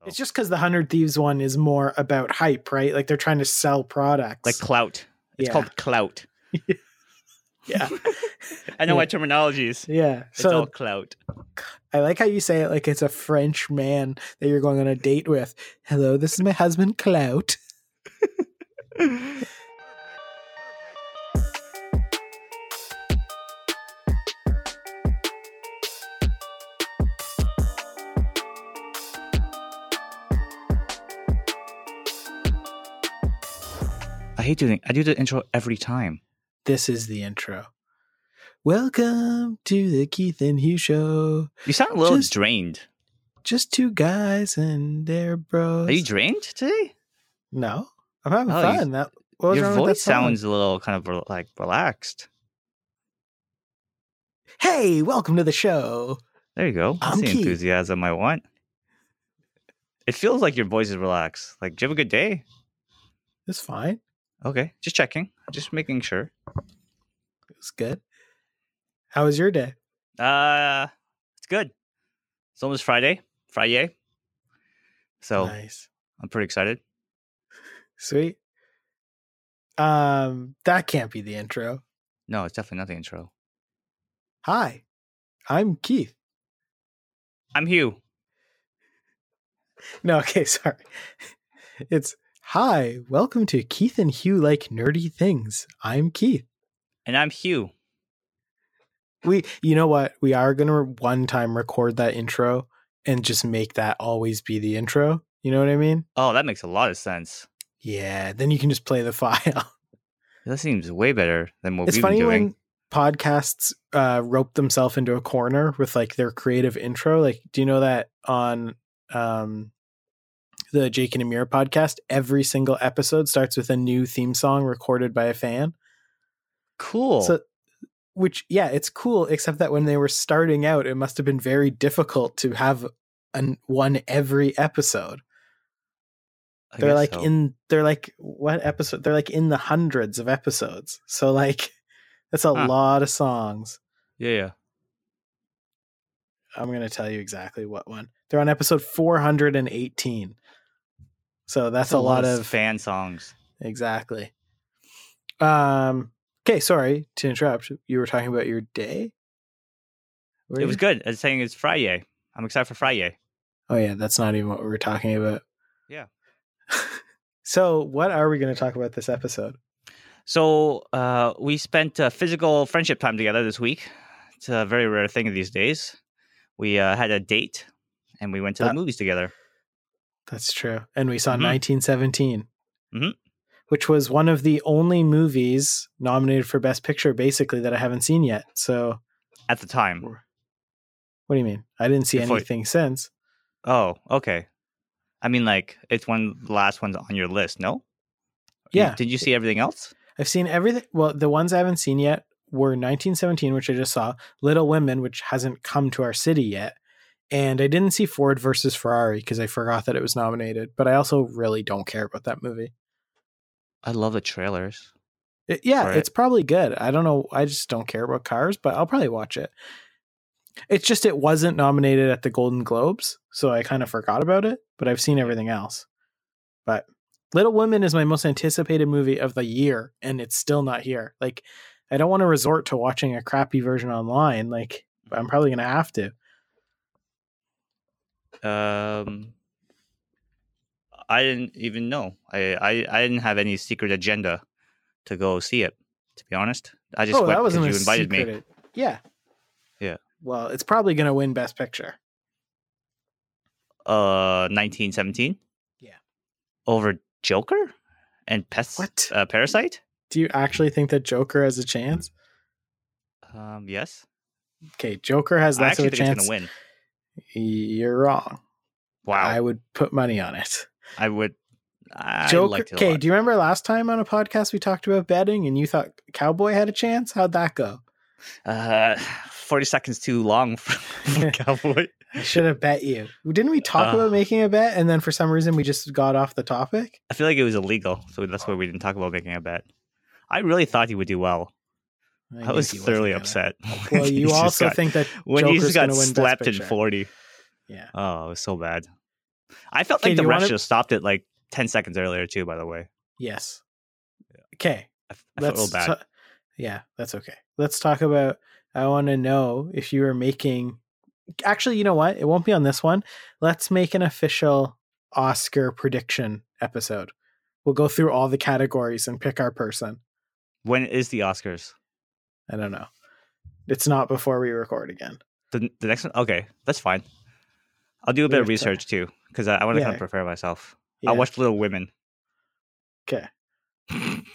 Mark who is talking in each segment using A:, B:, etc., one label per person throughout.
A: Oh.
B: It's just because the Hundred Thieves one is more about hype, right? Like they're trying to sell products.
A: Like clout. It's
B: Yeah.
A: called clout.
B: yeah,
A: I know
B: Yeah.
A: my terminologies.
B: yeah.
A: It's
B: so
A: all clout.
B: I like how you say it like it's a French man that you're going on a date with. Hello, this is my husband, Clout.
A: I hate doing. I do the intro every time.
B: This is the intro. Welcome to the Keith and Hugh Show.
A: You sound a little
B: Just-
A: drained.
B: Just two guys and their bros.
A: Are you drained today?
B: no, I'm having
A: Oh, you-
B: fun. That what was
A: Your
B: wrong with that
A: voice
B: song?
A: sounds a little kind of re- like relaxed.
B: Hey, welcome to the show.
A: There you go. That's
B: I'm
A: the
B: Keith.
A: enthusiasm I want. It feels like your voice is relaxed. Like, did you have a good day?
B: It's fine.
A: Okay, just checking, just making sure.
B: It's good. How was your day?
A: Uh, it's good. It's almost Friday, Friday. So
B: nice.
A: I'm pretty excited.
B: Sweet. Um, that can't be the intro.
A: No, it's definitely not the intro.
B: Hi, I'm Keith.
A: I'm Hugh.
B: No, okay, sorry. It's hi, welcome to Keith and Hugh like nerdy things. I'm Keith.
A: And I'm Hugh.
B: We, you know what? We are gonna one time record that intro and just make that always be the intro. You know what I mean?
A: Oh, that makes a lot of sense.
B: Yeah. Then you can just play the file.
A: That seems way better than what
B: it's
A: we've
B: funny
A: been doing.
B: when podcasts uh, rope themselves into a corner with like their creative intro. Like, do you know that on um, the Jake and Amir podcast, every single episode starts with a new theme song recorded by a fan.
A: Cool.
B: So, which yeah, it's cool. Except that when they were starting out, it must have been very difficult to have an one every episode.
A: I
B: They're
A: guess
B: like
A: so.
B: in they're like what episode? They're like in the hundreds of episodes. So like, that's a
A: Huh.
B: lot of songs.
A: Yeah, yeah.
B: I'm going to tell you exactly what one. They're on episode 418. So that's, a, lot, of
A: fan songs.
B: exactly. Um okay, sorry to interrupt. You were talking about your day? Were
A: It was
B: you?
A: good. I was saying it's Friday. I'm excited for Friday.
B: Oh yeah, that's not even what we were talking about.
A: Yeah.
B: so, what are we going to talk about this episode?
A: So uh, we spent uh, physical friendship time together this week. It's a very rare thing these days. We uh, had a date, and we went to the
B: That-
A: movies together.
B: That's true. And we saw
A: Mhm.
B: 1917,
A: Mhm.
B: which was one of the only movies nominated for best picture basically that I haven't seen yet. So,
A: At the time.
B: What do you mean? I didn't see
A: Before-
B: anything since.
A: Oh, okay. I mean, like it's one of the last ones on your list. No. You-
B: Yeah.
A: did you see everything else?
B: I've seen everything. Well, the ones I haven't seen yet were 1917, which I just saw, Little Women, which hasn't come to our city yet. And I didn't see Ford versus Ferrari because I forgot that it was nominated, but I also really don't care about that movie.
A: I love the trailers.
B: It- yeah,
A: Right.
B: it's probably good. I don't know. I just don't care about cars, but I'll probably watch it. It's just it wasn't nominated at the Golden Globes, so I kind of forgot about it, but I've seen everything else. But Little Women is my most anticipated movie of the year, and it's still not here. Like, I don't want to resort to watching a crappy version online. Like, I'm probably going to have to.
A: Um, I didn't even know. I, I I didn't have any secret agenda to go see it. To be honest, I
B: Oh,
A: just went because you
B: a
A: invited me.
B: secret- Yeah.
A: Yeah.
B: Well, it's probably going to win Best Picture.
A: Uh, 1917.
B: Yeah.
A: Over Joker and Pest
B: What?
A: Uh, Parasite.
B: Do you actually think that Joker has a chance?
A: Um, yes.
B: Okay, Joker has
A: I
B: less of
A: actually
B: a
A: think
B: chance.
A: it's gonna win.
B: You're wrong.
A: Wow.
B: I
A: I,
B: would put money on it.
A: would. I
B: Joker.
A: liked it a
B: Okay,
A: lot.
B: do you remember last time on a podcast we talked about betting and you thought Cowboy had a chance? How'd that go?
A: Uh, 40 seconds too long for, for Cowboy.
B: I should have bet you. Didn't we talk
A: Uh.
B: about making a bet and then for some reason we just got off the topic?
A: I feel like it was illegal, so that's why we didn't talk about making a bet. I really thought he would do well. I,
B: knew
A: was
B: he wasn't
A: thoroughly
B: gonna.
A: upset. when
B: Well,
A: he
B: you
A: just
B: also
A: got-
B: think that
A: when he
B: Joker's
A: just got
B: gonna win Best
A: slapped in
B: Picture.
A: forty.
B: Yeah.
A: Oh, it was so bad. I felt
B: Okay, do
A: like the
B: you
A: ref
B: wanna-
A: should have stopped it like ten seconds earlier too. By the way,
B: Yes. Okay.
A: I, f- I felt real bad.
B: ta- yeah, that's okay. Let's talk about. I want to know if you were making. Actually, you know what? It won't be on this one. Let's make an official Oscar prediction episode. We'll go through all the categories and pick our person.
A: when is the Oscars?
B: I don't know. It's not before we record again.
A: The, the next one? Okay, that's fine. I'll do a bit
B: We're
A: of
B: gonna talk-
A: research too because I, I want to kind
B: Yeah.
A: of prepare myself.
B: Yeah.
A: I watched Little Women.
B: Okay.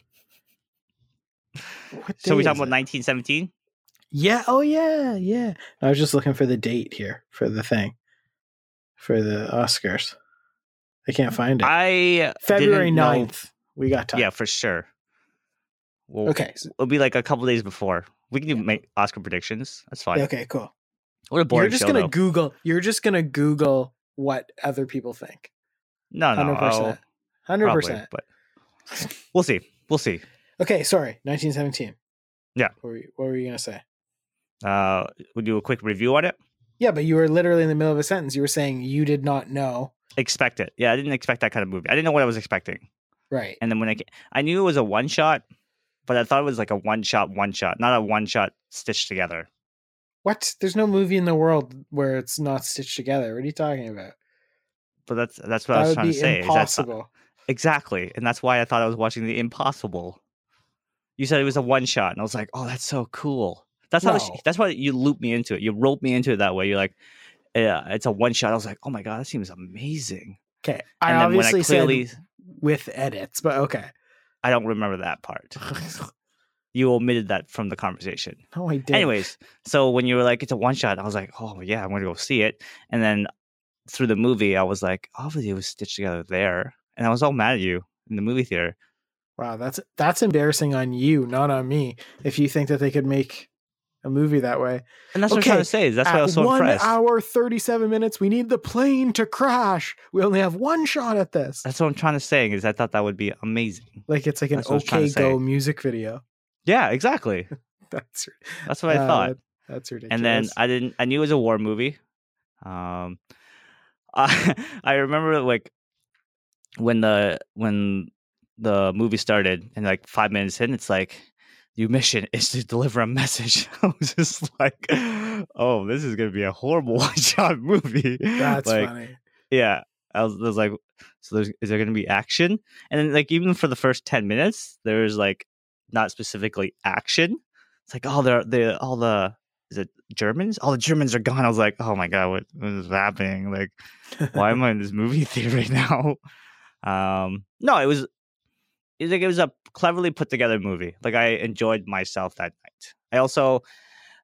A: So we
B: talk
A: talking about 1917?
B: Yeah. Oh, yeah. Yeah. I was just looking for the date here for the thing, for the Oscars. I can't find it.
A: Mm, I
B: February
A: didn't know-
B: 9th. We got time.
A: Yeah, for sure. Well,
B: Okay. s-
A: It'll be like a couple days before. We can do make Oscar predictions. That's fine.
B: Okay. Cool.
A: What a boring
B: you're just
A: show,
B: gonna
A: though.
B: Google. You're just gonna Google what other people think.
A: no, no,
B: Hundred percent. Hundred
A: Hundred
B: percent.
A: percent. But we'll see. We'll see.
B: Okay. Sorry. 1917.
A: Yeah.
B: What were, you, what were you gonna say?
A: Uh, we'll do a quick review on it.
B: Yeah, but you were literally in the middle of a sentence. You were saying you did not know.
A: Expect it. Yeah, I didn't expect that kind of movie. I didn't know what I was expecting.
B: Right.
A: And then when I ca- I knew it was a one shot, but I thought it was like a one shot, one shot, not a one shot stitched together.
B: What? There's no movie in the world where it's not stitched together. What are you talking about?
A: But that's that's what I
B: That
A: was
B: would
A: trying
B: be
A: to say. is that's-
B: impossible.
A: exactly, and that's why I thought I was watching the impossible. You said it was a one shot, and I was like, oh, that's so cool. That's how.
B: No.
A: It's, that's why you looped me into it. You roped me into it that way. You're like, yeah, it's a one shot. I was like, oh my god, that seems amazing.
B: Okay. I
A: And then when I
B: obviously
A: clearly,
B: said with edits, but okay.
A: I don't remember that part. you omitted that from the conversation.
B: No, I did.
A: Anyways, so when you were like, it's a one shot, I was like, oh yeah, I'm gonna go see it. And then through the movie, I was like, obviously it was stitched together there, and I was all mad at you in the movie theater.
B: Wow, that's that's embarrassing on you, not on me. If you think that they could make a movie that way,
A: And that's what I'm trying
B: Okay,
A: to say. Is that's why I
B: At
A: was so
B: one
A: impressed.
B: hour thirty-seven minutes, we need the plane to crash. We only have one shot at this.
A: That's what I'm trying to say. Is I thought that would be amazing.
B: Like it's like an
A: That's what I was trying
B: OK
A: to
B: Go
A: say.
B: music video.
A: Yeah, exactly.
B: That's ri-
A: That's what I
B: uh,
A: thought.
B: That's ridiculous.
A: and then I didn't. I knew it was a war movie. Um, I I remember like when the when the movie started, and like five minutes in, it's like your mission is to deliver a message. I was just like, oh, this is gonna be a horrible one shot movie.
B: that's
A: like,
B: funny.
A: yeah. I was, I was like, so there's, is there going to be action? And then, like, even for the first 10 minutes, there's like not specifically action. It's like, oh, they're, they all the, is it Germans? All the Germans are gone. I was like, oh my God, what, what is happening? Like, why am I in this movie theater right now? Um, no, it was, it's like it was a cleverly put together movie. Like, I enjoyed myself that night. I also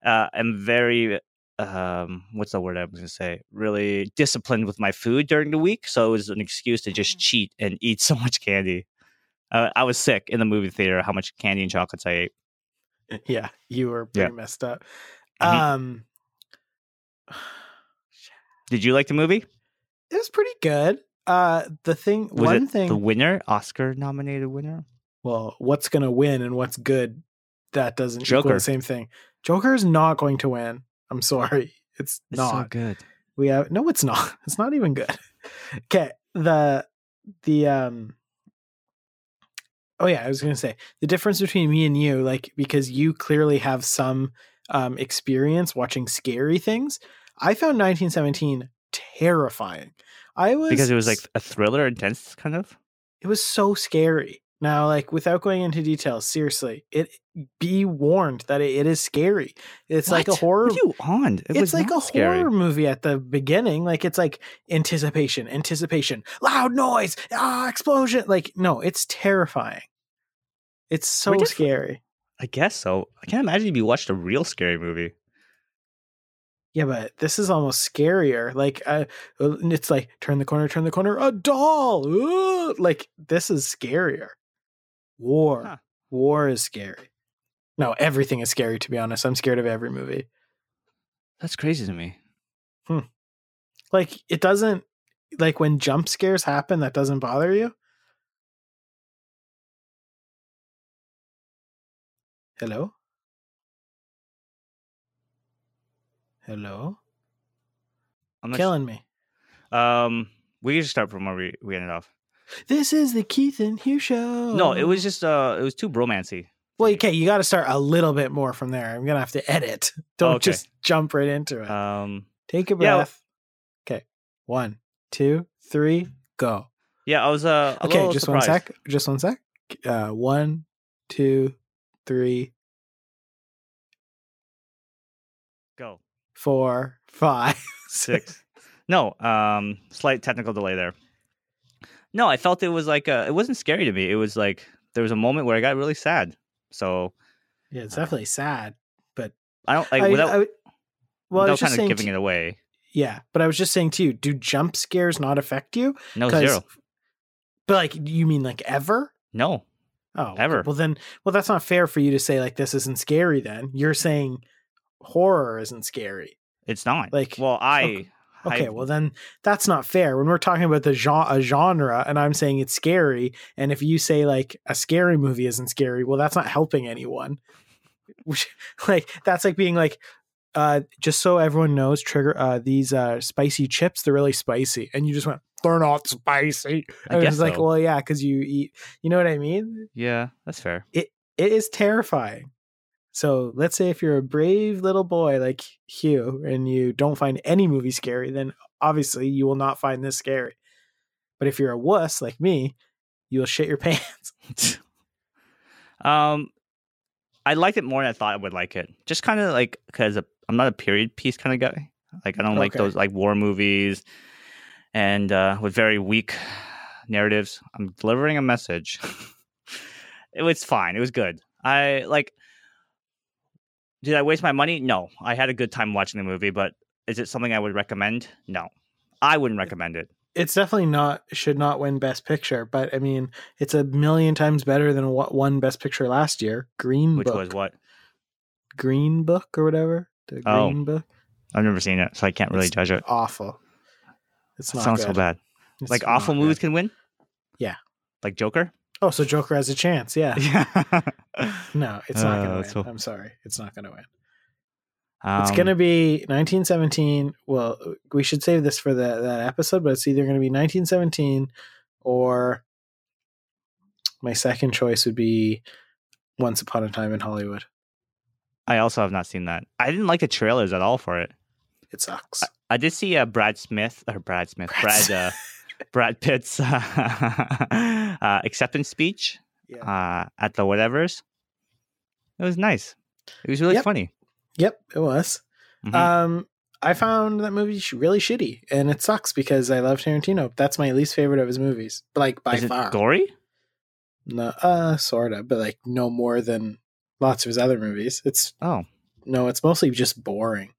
A: uh, am very um what's the word i was gonna say really disciplined with my food during the week so it was an excuse to
B: Mm-hmm.
A: just cheat and eat so much candy uh, i was sick in the movie theater how much candy and chocolates i ate
B: yeah, you were
A: Yeah.
B: pretty messed up.
A: Mhm.
B: Um,
A: did you like the movie
B: it was pretty good. Uh, the thing,
A: was
B: one
A: it
B: thing,
A: the winner oscar nominated winner
B: well, what's gonna win and what's good, that doesn't equal
A: Joker.
B: the same thing. Joker is not going to win. I'm sorry, it's
A: it's
B: not.
A: so good
B: We have no, it's not. It's not even good. Okay, the the um. Oh yeah, I was gonna say the difference between me and you, like because you clearly have some um experience watching scary things. I found 1917 terrifying. I was
A: because it was like a thriller intense kind of
B: it was so scary. Now, like without going into details, seriously, it be warned that it, it is scary. It's like a
A: What?
B: horror
A: what are you on it
B: it's
A: was
B: like
A: not
B: a
A: scary.
B: horror movie at the beginning. Like it's like anticipation, anticipation, loud noise, ah, explosion. Like no, it's terrifying. It's so
A: We did-
B: scary.
A: i guess so i can't imagine if you watched a real scary movie
B: Yeah, but this is almost scarier. Like uh, it's like turn the corner, turn the corner, a doll. Ooh! Like this is scarier. War,
A: Huh.
B: war is scary. No, everything is scary. To be honest, I'm scared of every movie.
A: that's crazy to me
B: Like it doesn't. Like when jump scares happen, that doesn't bother you. Hello? Hello?
A: i'm not
B: Killing me.
A: Um, We can just start from where we, we ended off.
B: This is the Keith and Hugh show.
A: No, it was just uh, it was too bromancy.
B: Well, okay, you got to start a little bit more from there. I'm gonna have to edit. Don't
A: Okay.
B: just jump right into it.
A: Um,
B: Take a
A: yeah.
B: breath. Okay, one, two, three, go.
A: yeah, I was uh, a
B: okay,
A: little
B: just
A: surprised.
B: one sec. Just one sec. Uh, one, two, three,
A: Go
B: four, five.
A: six. no, um, slight technical delay there. No, I felt it was like uh, it wasn't scary to me. It was like there was a moment where I got really sad. So
B: yeah, it's definitely sad.
A: I don't Uh, like
B: I-
A: without
B: I- well, I
A: without
B: was just
A: kind of
B: saying.
A: giving
B: to-
A: it away.
B: yeah, but I was just saying to you, do jump scares not affect you?
A: No
B: 'Cause-
A: zero.
B: But like, you mean like ever?
A: No,
B: Oh,
A: Ever.
B: Well, then, well, that's not fair for you to say like this isn't scary. Then you're saying horror isn't scary.
A: it's not.
B: Like,
A: well, I
B: okay, Okay,
A: I-
B: well then that's not fair. When we're talking about the genre, a genre, and I'm saying it's scary, and if you say like a scary movie isn't scary, well that's not helping anyone. Which like that's like being like, uh, just so everyone knows, trigger uh, these uh, spicy chips. They're really spicy, and you just went, they're not spicy.
A: I
B: And
A: guess
B: it's like,
A: so.
B: well, yeah, because you eat. You know what I mean?
A: yeah, that's fair.
B: It is terrifying. So let's say if you're a brave little boy like Hugh and you don't find any movie scary, then obviously you will not find this scary. But if you're a wuss like me, you will shit your pants.
A: um, I liked it more than I thought I would like it. Just kind of like because I'm not a period piece kind of guy. Like I don't like
B: Okay.
A: those like war movies and uh, with very weak narratives. I'm delivering a message. it was fine. It was good. I like. Did I waste my money? No. I had a good time watching the movie, but is it something I would recommend? No. I wouldn't recommend it.
B: It's definitely not should not win Best Picture, but I mean it's a million times better than what won Best Picture last year, Green
A: Which
B: Book,
A: was what?
B: Green Book or whatever. The
A: Oh.
B: Green Book,
A: I've never seen it, so I can't really
B: It's
A: judge it.
B: awful. It's
A: That
B: not
A: sounds
B: good.
A: so bad.
B: It's
A: like
B: not
A: awful
B: good.
A: movies can win.
B: Yeah.
A: Like Joker.
B: Oh, so Joker has a chance. Yeah.
A: Yeah.
B: No, it's not
A: Uh,
B: going to
A: so- Um,
B: win. I'm sorry. It's not going to win. it's going to be 1917. Well, we should save this for the, that episode, but it's either going to be 1917 or my second choice would be Once Upon a Time in Hollywood.
A: I also have not seen that. I didn't like the trailers at all for it.
B: It sucks.
A: I did see uh, Brad Smith or Brad Smith,
B: Brad
A: Brad uh, Brad Pitt's uh, uh, acceptance speech
B: Yeah.
A: uh, at the whatever's. It was nice. It was really
B: Yep.
A: funny.
B: Yep, it was.
A: Mhm.
B: Um, I found that movie sh- really shitty, and it sucks because I love Tarantino. That's my least favorite of his movies, like by
A: Is it
B: far.
A: gory?
B: no, uh, sorta, but like no more than lots of his other movies. It's
A: Oh,
B: no, it's mostly just boring.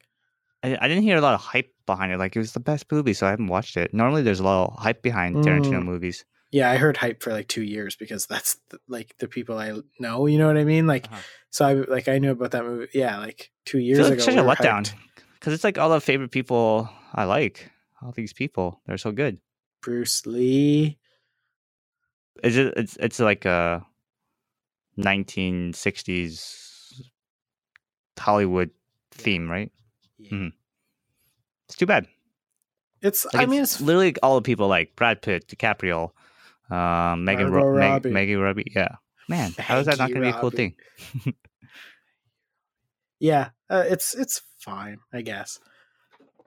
A: I, I didn't hear a lot of hype behind it. Like it was the best movie, so I haven't watched it. Normally, there's a lot of hype behind Tarantino
B: Mm.
A: movies.
B: Yeah, I heard hype for like two years because that's th- like the people I l- know. You know what I mean? Like,
A: Uh-huh.
B: so I like I knew about that movie. Yeah, like two years
A: It's
B: ago.
A: like such a
B: we were
A: letdown
B: hyped.
A: because it's like all the favorite people I like. All these people, they're so good.
B: Bruce Lee.
A: Is it? It's it's like a 1960s Hollywood theme, right?
B: Yeah.
A: Mm. It's too bad.
B: It's.
A: Like,
B: I mean, it's.
A: literally all the people like Brad Pitt, DiCaprio, um, Megan
B: Margot
A: Ro- Meg-
B: Robbie.
A: Megan Robbie. Yeah, man, how is that not
B: Maggie
A: going to be a cool
B: Robbie.
A: thing?
B: yeah, uh, it's it's fine, I guess.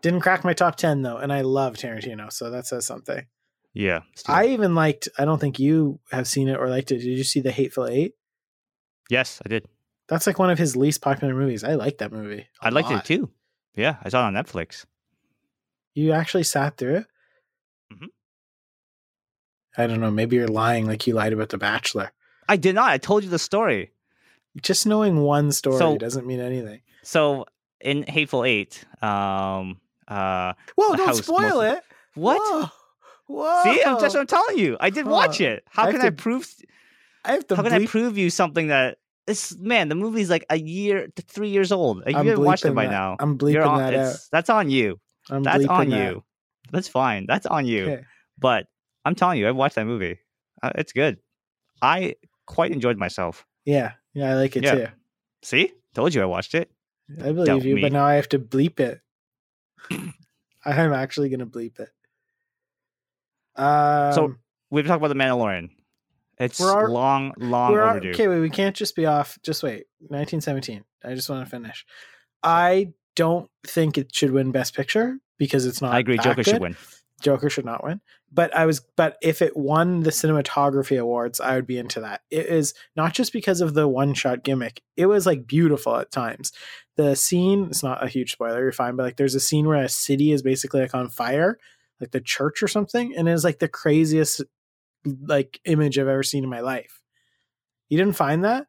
B: Didn't crack my top ten though, and I love Tarantino, so that says something.
A: Yeah, it's too
B: I
A: bad.
B: even liked. I don't think you have seen it or liked it. Did you see The Hateful Eight?
A: yes, I did.
B: That's like one of his least popular movies. I like that movie. I
A: I liked it too. Yeah, I saw it on Netflix.
B: You actually sat through it?
A: Mhm.
B: I don't know. Maybe you're lying like you lied about The Bachelor.
A: I did not. I told you the story.
B: Just knowing one story
A: So-
B: doesn't mean anything.
A: So in Hateful Eight, um, uh,
B: Whoa,
A: the
B: don't
A: house
B: spoil
A: mostly-
B: it.
A: what?
B: Whoa. Whoa.
A: See, I'm just I'm telling you, I did watch
B: Oh,
A: it. How
B: I
A: can
B: have to
A: I prove?
B: I have to
A: How can I
B: bleep.
A: prove you something that this man? The movie's like a year to three years old. Uh, You
B: I'm
A: haven't watched it
B: bleeping
A: by
B: that-
A: now.
B: I'm
A: You're
B: bleeping
A: on-
B: that out.
A: it's- That's on you.
B: I'm
A: that's
B: bleeping
A: on
B: that.
A: you. That's fine. That's on you.
B: Okay.
A: But I'm telling you, I've watched that movie. Uh, it's good. I quite enjoyed myself.
B: Yeah. Yeah, I like it
A: Yeah.
B: too.
A: See, told you I watched it.
B: I believe
A: Doubt
B: you,
A: me.
B: but now I have to bleep it. I'm actually going to bleep it. Um,
A: So, We've talked about the Mandalorian. It's
B: We're al-
A: long, long
B: we're al-
A: overdue.
B: okay, wait, we can't just be off. Just wait. 1917. I just want to finish. I don't think it should win Best Picture because it's not.
A: I agree. Joker
B: uh, acted.
A: should win.
B: Joker should not win. But I was, but if it won the cinematography awards, I would be into that. It is not just because of the one shot gimmick. It was like beautiful at times. The scene, it's not a huge spoiler, you're fine, but like there's a scene where a city is basically like on fire, like the church or something, and it's like the craziest like image I've ever seen in my life. You didn't find that?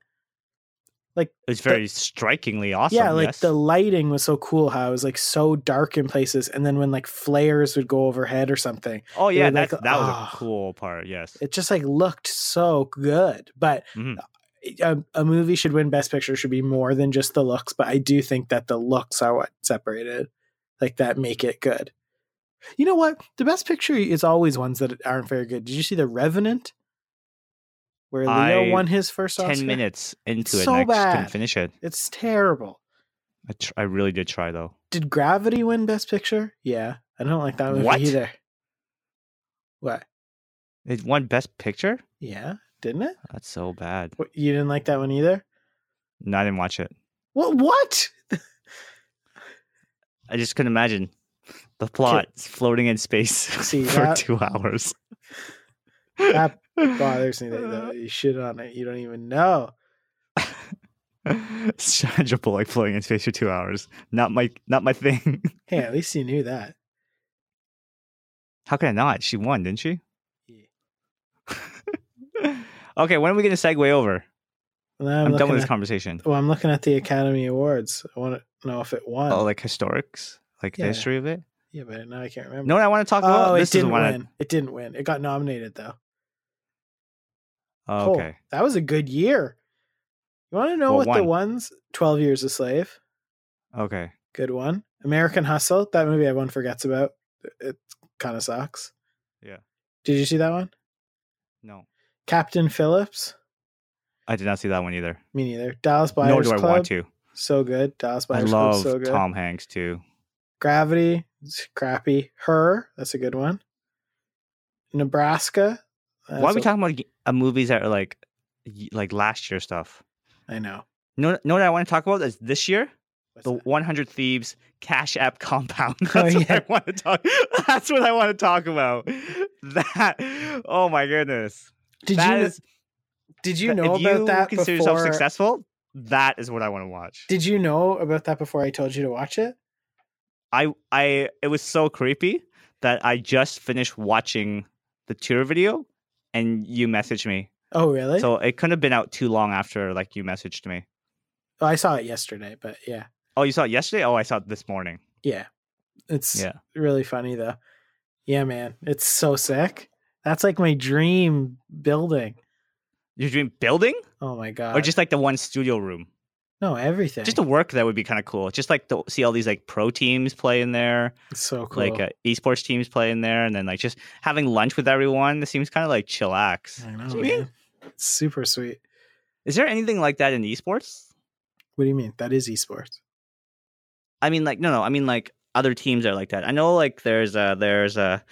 A: It's very strikingly awesome.
B: yeah, like
A: yes.
B: the lighting was so cool how it was like so dark in places, and then when like flares would go overhead or something.
A: oh yeah,
B: were
A: that's,
B: like,
A: that was
B: "Ah."
A: a cool part. Yes,
B: it just like looked so good but um,
A: Mhm.
B: a, a movie should win best picture should be more than just the looks but i do think that the looks are what separated like that make it good you know what the best picture is always ones that aren't very good did you see the revenant where leo
A: I-
B: won his first
A: ten
B: Oscar?
A: minutes into it,
B: so
A: and I just
B: bad.
A: couldn't finish it.
B: it's terrible
A: I, tr- I really did try though.
B: did gravity win best picture yeah i don't like that movie
A: What?
B: either what
A: It won Best Picture.
B: yeah didn't it
A: That's so bad.
B: What, you didn't like that one either
A: No, I didn't watch it.
B: what what
A: I just couldn't imagine the plot floating in space
B: See,
A: for
B: that-
A: two hours.
B: that bothers me that, that you shit on it. You don't even know.
A: Sandra Bullock floating in space for two hours. Not my, not my thing.
B: Hey, at least you knew that.
A: How could I not? She won, didn't she? okay, when are we going to segue over?
B: And now I'm,
A: I'm, done
B: looking
A: with this
B: at,
A: conversation.
B: well, I'm looking at the Academy Awards. I want to know if it won.
A: Oh, like historics, like
B: Yeah.
A: the history of it.
B: yeah, but now I can't remember.
A: No, I want to talk about.
B: oh, it
A: this is the
B: didn't
A: one. I-
B: win. It didn't win. It got nominated though.
A: Oh,
B: Cool.
A: okay,
B: that was a good year. You want to know
A: What
B: what the
A: won?
B: ones? Twelve Years a Slave.
A: okay.
B: Good one. American Hustle. That movie everyone forgets about. It kind of sucks.
A: Yeah.
B: Did you see that one?
A: No,
B: Captain Phillips.
A: I did not see that one either.
B: Me neither. Dallas Buyers
A: Nor do I
B: Club.
A: want to.
B: So good. Dallas
A: I
B: Buyers Club.
A: love
B: So good.
A: Tom Hanks too.
B: Gravity, it's crappy. Her, that's a good one. Nebraska. uh,
A: Why are
B: so-
A: we talking about g- uh, movies that are like, y- like last year stuff?
B: I know.
A: No, no. What I want to talk about is this year,
B: What's
A: the
B: that?
A: 100 Thieves Cash App Compound. That's
B: Oh,
A: what
B: yeah.
A: I want to talk. That's what I want to talk about. That. Oh my goodness.
B: Did
A: That
B: you kn-
A: is-
B: did you know
A: if
B: about
A: you
B: that
A: Consider
B: before?
A: yourself successful. That is what I want to watch.
B: Did you know about that before I told you to watch it?
A: I I it was so creepy that I just finished watching the tour video and you messaged me.
B: Oh really?
A: So it couldn't have been out too long after like you messaged me.
B: oh, I saw it yesterday, but yeah,
A: Oh, you saw it yesterday? Oh, I saw it this morning.
B: yeah, it's
A: Yeah.
B: really funny though. Yeah, man, it's so sick. That's like my dream building.
A: Your dream building?
B: Oh my god!
A: Or just like the one studio room?
B: no everything.
A: Just the work that would be kind of cool. Just like to see all these like pro teams play in there,
B: it's so cool.
A: like uh, esports teams play in there, and then like just having lunch with everyone. It seems kind of like chillax.
B: I know,
A: Do you mean-
B: man. It's super sweet.
A: Is there anything like that in esports?
B: What do you mean? That is esports.
A: I mean, like, no, no. I mean, like, other teams are like that. I know, like, there's a, there's a,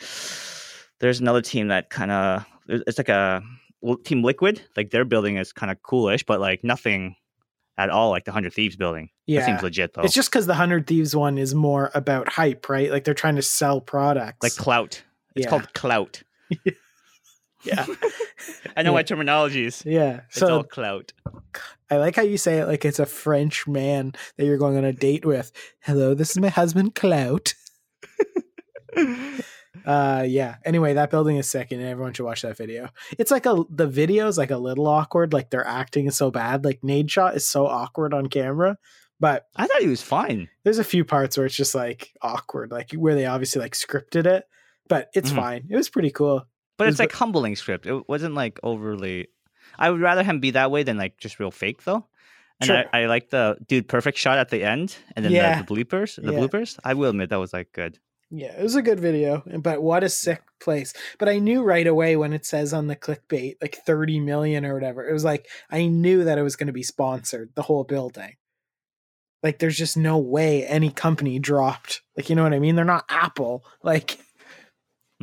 A: there's another team that kind of, it's like a well, team Liquid. Like, their building is kind of coolish, but like nothing at all like the Hundred Thieves building.
B: Yeah,
A: That seems legit though.
B: It's just because the Hundred Thieves one is more about hype, right? Like they're trying to sell products.
A: like clout. It's
B: yeah.
A: called clout.
B: yeah,
A: I know
B: Yeah.
A: my terminology is.
B: yeah.
A: It's
B: So
A: all clout.
B: I like how you say it like it's a French man that you're going on a date with. Hello, this is my husband, Clout. Uh, yeah. Anyway, that building is sick, and everyone should watch that video. It's like a the video is like a little awkward. Like their acting is so bad. Like Nade shot is so awkward on camera, but
A: I thought he was fine.
B: there's a few parts where it's just like awkward, like where they obviously like scripted it, but it's
A: Mhm.
B: fine. It was pretty cool.
A: But
B: Is
A: it's like humbling script. It wasn't like overly. I would rather him be that way than like just real fake though. And
B: Sure.
A: I, I like the dude perfect shot at the end, and then
B: Yeah.
A: the, the bloopers. The
B: Yeah.
A: bloopers. I will admit that was like good.
B: Yeah, it was a good video, but what a sick place. But I knew right away when it says on the clickbait like 30 million or whatever. It was like I knew that it was going to be sponsored, the whole building. Like there's just no way any company dropped. Like you know what I mean? They're not Apple. Like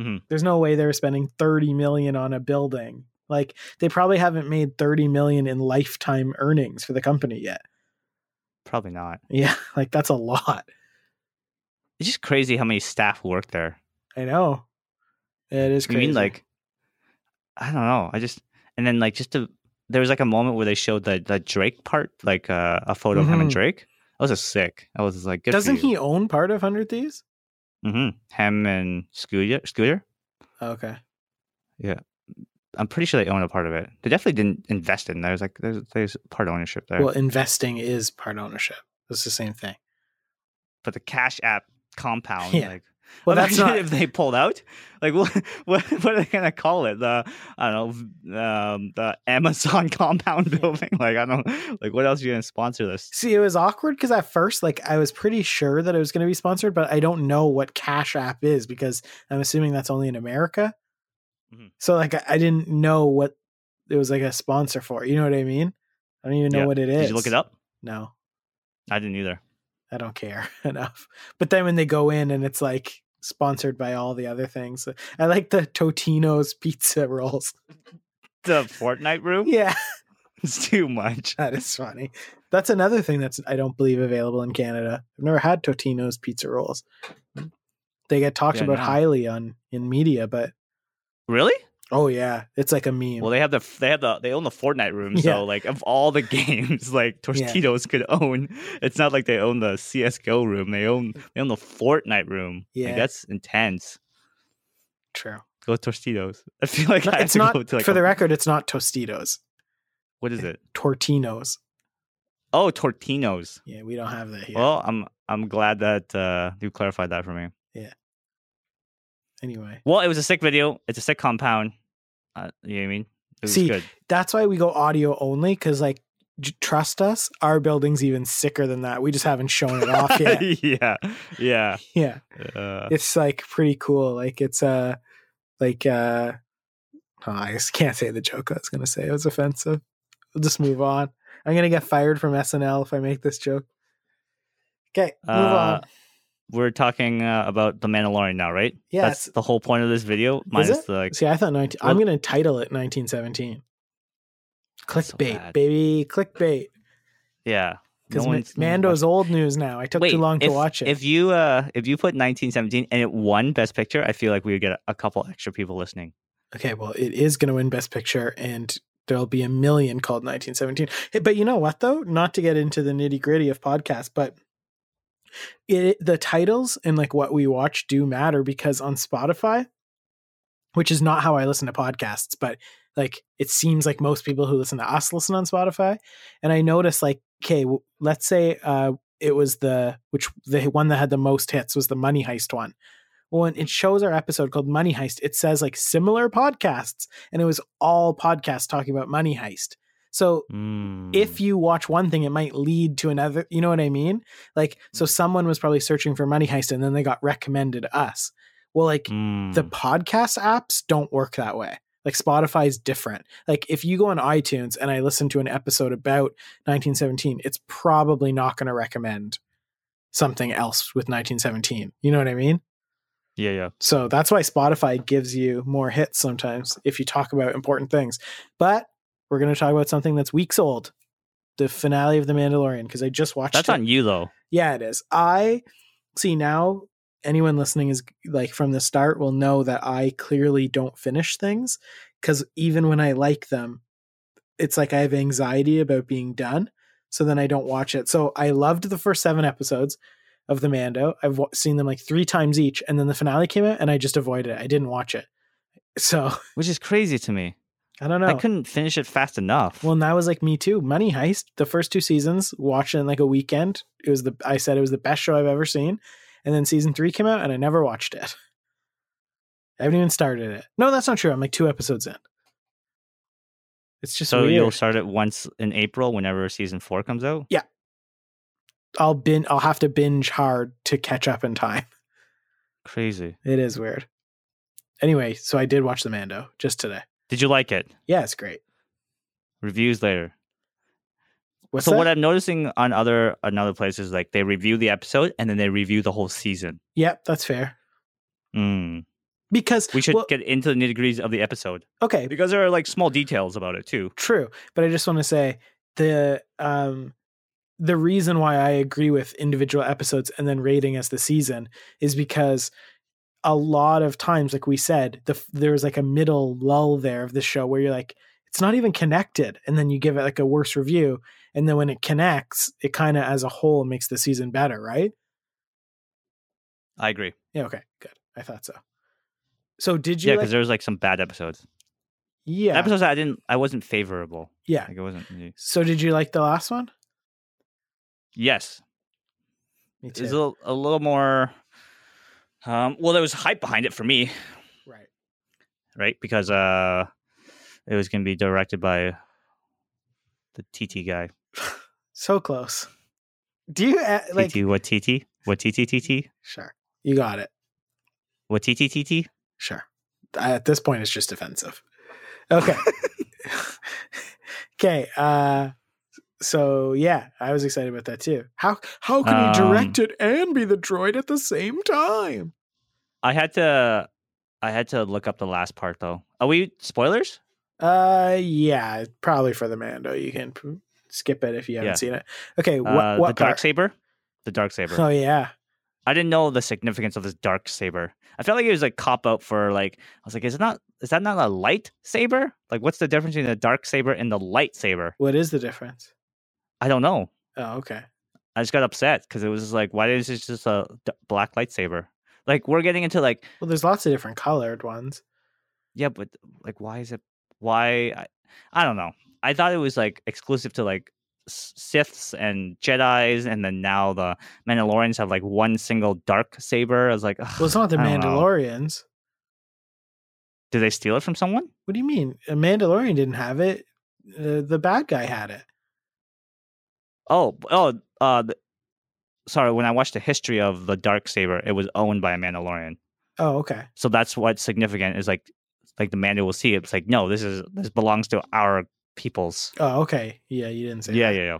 A: Mhm.
B: There's no way they're spending 30 million on a building. Like they probably haven't made 30 million in lifetime earnings for the company yet.
A: Probably not.
B: Yeah, like that's a lot.
A: It's just crazy how many staff work there.
B: I know. It is
A: I
B: crazy.
A: mean, like, I don't know. I just and then like just to there was like a moment where they showed the the Drake part, like uh, a photo of him and
B: Mhm.
A: Drake. That was a sick. I was just like, good
B: doesn't he own part of 100 Thieves?
A: Mm-hmm. Him and Scooter. Scooter.
B: Okay.
A: I'm pretty sure they own a part of it. They definitely didn't invest in. There's like there's there's part ownership there.
B: Well, investing is part ownership. It's the same thing.
A: but the Cash App compound,
B: Yeah.
A: like,
B: Well, that's
A: imagine
B: not
A: if they pulled out. Like, what what what are they gonna call it? The I don't know, um, the Amazon compound building. Like, I don't like what else are you gonna sponsor this?
B: See, it was awkward because at first, like, I was pretty sure that it was going to be sponsored, but I don't know what Cash App is because I'm assuming that's only in America.
A: Mhm.
B: So, like, I, I didn't know what it was like a sponsor for. You know what I mean? I don't even know
A: Yeah.
B: what it is.
A: Did you look it up?
B: No,
A: I didn't either.
B: I don't care enough. But then when they go in and it's like sponsored by all the other things, I like the Totino's pizza rolls.
A: The Fortnite room.
B: Yeah,
A: It's too much.
B: that is funny. That's another thing that's I don't believe available in Canada. I've never had Totino's pizza rolls. They get talked
A: Yeah,
B: about
A: no.
B: highly on in media, but
A: Really?
B: oh yeah, it's like a meme.
A: Well, they have the they have the they own the Fortnite room.
B: Yeah.
A: So like of all the games, like Tostitos could own. It's not like they own the CS:GO room. They own they own the Fortnite room.
B: Yeah.
A: like, that's intense.
B: True.
A: Go Tostitos. I feel like I have
B: It's
A: to
B: not
A: go to like
B: for
A: a-
B: the record. It's not Tostitos.
A: what is it?
B: Tortinos.
A: Oh, Tortinos.
B: Yeah, we don't have that here.
A: Well, I'm I'm glad that uh, you clarified that for me.
B: anyway,
A: Well, it was a sick video. It's a sick compound. Uh, you know what I mean? It was
B: See,
A: good.
B: that's why we go audio only because like. j- Trust us, our building's even sicker than that. We just haven't shown it off yet.
A: yeah, yeah.
B: yeah.
A: Uh,
B: it's like pretty cool. Like it's uh like uh oh, I just can't say the joke I was gonna say. It was offensive. We'll just move on. I'm gonna get fired from SNL if I make this joke. Okay, move
A: Uh,
B: on.
A: we're talking uh, about the Mandalorian now, right?
B: Yeah,
A: that's
B: it's-
A: the whole point of this video. Minus
B: it?
A: the like,
B: See, I thought 19 I'm
A: well-
B: gonna title it 1917.
A: That's so
B: Clickbait,
A: bad.
B: baby, clickbait.
A: yeah,
B: Because
A: one's- no one
B: Mando's
A: watched-
B: old news now. I took
A: Wait,
B: too long
A: if-
B: to watch it.
A: If you uh, if you put 1917 and it won Best Picture, I feel like we would get a, a couple extra people listening.
B: Okay, well, it is going to win Best Picture, and there'll be a million called 1917. Hey, But you know what, though? Not to get into the nitty gritty of podcasts, but it, the titles and like what we watch do matter because on Spotify, which is not how I listen to podcasts, but like it seems like most people who listen to us listen on Spotify, and I notice like, okay, w- let's say uh, it was the which the one that had the most hits was the Money Heist one when it shows our episode called Money Heist, it says like similar podcasts, and it was all podcasts talking about Money Heist. So
A: Hmm. Mm.
B: if you watch one thing, it might lead to another. You know what I mean? Like, so
A: Mm.
B: someone was probably searching for Money Heist, and then they got recommended us. Well, like
A: Hmm.
B: the
A: Mm.
B: podcast apps don't work that way. Like Spotify is different. Like if you go on iTunes and I listen to an episode about 1917, it's probably not going to recommend something else with 1917. You know what I mean?
A: yeah, yeah,
B: So that's why Spotify gives you more hits sometimes if you talk about important things. But we're going to talk about something that's weeks old the finale of The Mandalorian, because I just watched
A: that's
B: it.
A: on you though.
B: Yeah, it is. I see now anyone listening is like from the start will know that I clearly don't finish things because even when I like them, it's like I have anxiety about being done. So then I don't watch it. So I loved the first seven episodes of The Mando. I've wa- seen them like three times each. And then the finale came out and I just avoided it. I didn't watch it. So
A: which is crazy to me.
B: I don't know.
A: I couldn't finish it fast enough.
B: Well, and that was like me too. Money Heist, the first two seasons, watched in like a weekend. It was the I said it was the best show I've ever seen. And then season three came out and I never watched it. I haven't even started it. No, that's not true. I'm like two episodes in. It's just
A: so
B: weird.
A: you'll start it once in April, whenever season four comes out.
B: I'll bin I'll have to binge hard to catch up in time.
A: Crazy.
B: It is weird. Anyway, so I did watch the Mando just today.
A: Did you like it?
B: Yeah, it's great.
A: Reviews later.
B: What's
A: so
B: that?
A: what I'm noticing on other on other places, like they review the episode and then they review the whole season.
B: yep, that's fair.
A: Mm.
B: because
A: We should
B: well,
A: get into the nitty gritties of the episode
B: okay,
A: because there are like small details about it too.
B: true. But I just want to say the um the reason why I agree with individual episodes and then rating as the season is because a lot of times, like we said, the there was like a middle lull there of the show where you're like, it's not even connected, and then you give it like a worse review, and then when it connects, it kind of as a whole makes the season better, right?
A: I agree.
B: Yeah. Okay. Good. I thought so. So did you?
A: Yeah,
B: like-
A: because there was like some bad episodes.
B: yeah.
A: Episodes that I didn't, I wasn't favorable.
B: Yeah.
A: Like it wasn't. really-
B: So did you like the last one?
A: Yes,
B: Me
A: it's a little, a little more. Um, well, there was hype behind it for me,
B: right.
A: right? Because uh, it was going to be directed by the TT guy.
B: So close. Do you uh, like?
A: TT what TT what TT TT
B: Sure. You got it.
A: what TT TT.
B: Sure. I- At this point, it's just offensive. Okay. okay. Uh, so yeah, I was excited about that too. How how can he direct
A: Um
B: it and be the droid at the same time?
A: I had to, I had to look up the last part though. Are we spoilers?
B: Uh, yeah, probably for the Mando. You can p- skip it if you haven't
A: Yeah.
B: seen it. Okay. What
A: Uh, the
B: what
A: dark
B: part?
A: saber. The dark saber.
B: Oh yeah.
A: I didn't know the significance of this dark saber. I felt like it was like cop out for like I was like, is it not is that not a light saber? Like what's the difference between the dark saber and the light saber?
B: What is the difference?
A: I don't know.
B: Oh, okay.
A: I just got upset because it was just like, why is this just a d- black lightsaber? Like we're getting into like,
B: Well, there's lots of different colored ones.
A: yeah, but like why is it why I, I don't know. I thought it was like exclusive to like S- Siths and Jedi's, and then now the Mandalorians have like one single dark saber. I was like,
B: Well, it's not the
A: I don't know.
B: Mandalorians.
A: did they steal it from someone?
B: What do you mean? A Mandalorian didn't have it. Uh, the bad guy had it.
A: Oh, b- oh, uh, th- sorry. When I watched the history of the dark saber, it was owned by a Mandalorian,
B: Oh, okay.
A: so that's what's significant. Is like, like the Mando will see it. It's like, no, this is this belongs to our peoples.
B: Oh, okay. Yeah, you didn't say.
A: Yeah,
B: that.
A: yeah,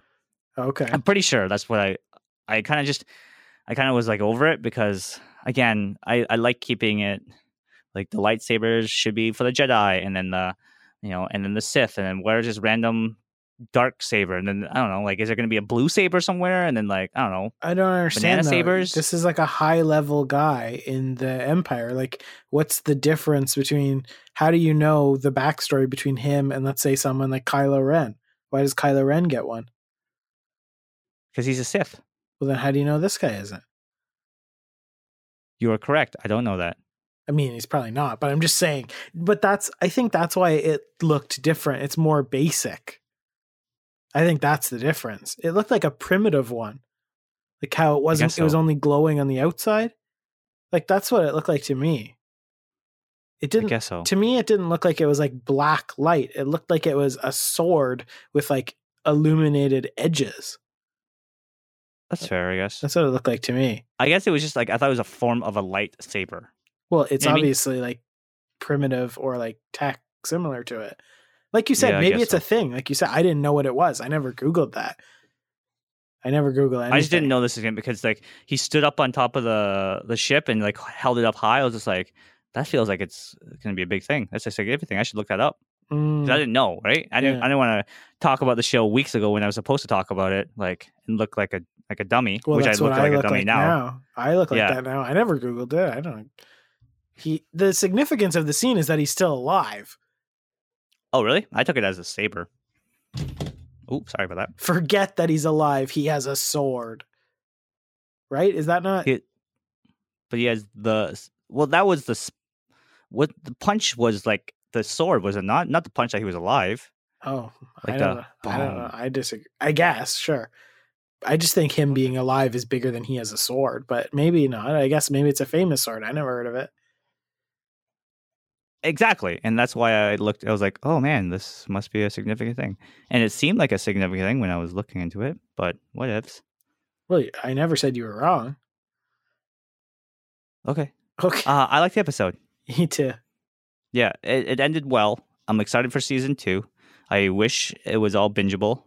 A: yeah.
B: Okay.
A: I'm pretty sure that's what I, I kind of just, I kind of was like over it because again, I I like keeping it, like the lightsabers should be for the Jedi, and then the, you know, and then the Sith, and then where's this random dark saber, and then I don't know, like is there going to be a blue saber somewhere, and then like I don't know.
B: I don't understand. though.
A: sabers?
B: This is like a high level guy in the Empire. Like, what's the difference between? How do you know the backstory between him and let's say someone like Kylo Ren? Why does Kylo Ren get one?
A: because he's a Sith.
B: Well, then how do you know this guy isn't?
A: You are correct. I don't know that.
B: I mean, he's probably not, but I'm just saying. But that's, I think that's why it looked different. It's more basic. I think that's the difference. It looked like a primitive one, like how it wasn't.
A: guess
B: It was
A: so.
B: only glowing on the outside. Like that's what it looked like to me. It
A: I
B: didn't.
A: guess so.
B: To me, it didn't look like it was like black light. It looked like it was a sword with like illuminated edges.
A: That's fair. I guess.
B: uh, That's what it looked like to me.
A: I guess it was just like I thought it was a form of a lightsaber.
B: Well, it's
A: Yeah, I mean-
B: obviously like primitive or like tech similar to it. Like you said,
A: Yeah, I
B: maybe
A: guess
B: it's a
A: so.
B: thing. Like you said, I didn't know what it was. I never Googled that. I never Googled anything.
A: I just didn't know this again because like he stood up on top of the the ship and like held it up high. I was just like, that feels like it's gonna be a big thing. That's a significant thing. I should look that up. 'Cause I
B: Mm,
A: didn't know, right? I didn't.
B: Yeah.
A: I didn't want to talk about the show weeks ago when I was supposed to talk about it, like and look like a like a dummy,
B: well,
A: which I
B: that's
A: look
B: what
A: like
B: I
A: a
B: look
A: dummy
B: like
A: now.
B: now. I look like
A: Yeah.
B: that now. I never Googled it. I don't. He the significance of the scene is that he's still alive.
A: Oh, really? I took it as a saber. Oops, sorry about that.
B: Forget that he's alive. He has a sword. Right? Is that not?
A: He- but he has the well that was the s- what the punch was like the sword was it not not the punch that he was alive
B: Oh, I
A: Like
B: don't, know.
A: the
B: I don't know.
A: bone.
B: I disagree. I guess, sure. I just think him being alive is bigger than he has a sword, but maybe not. I guess maybe it's a famous sword. I never heard of it.
A: exactly and that's why i looked i was like oh man this must be a significant thing and it seemed like a significant thing when i was looking into it but what ifs
B: Well, I never said you were wrong.
A: okay
B: Okay.
A: uh, i like the episode
B: Me too.
A: yeah it, it ended well i'm excited for season two i wish it was all bingeable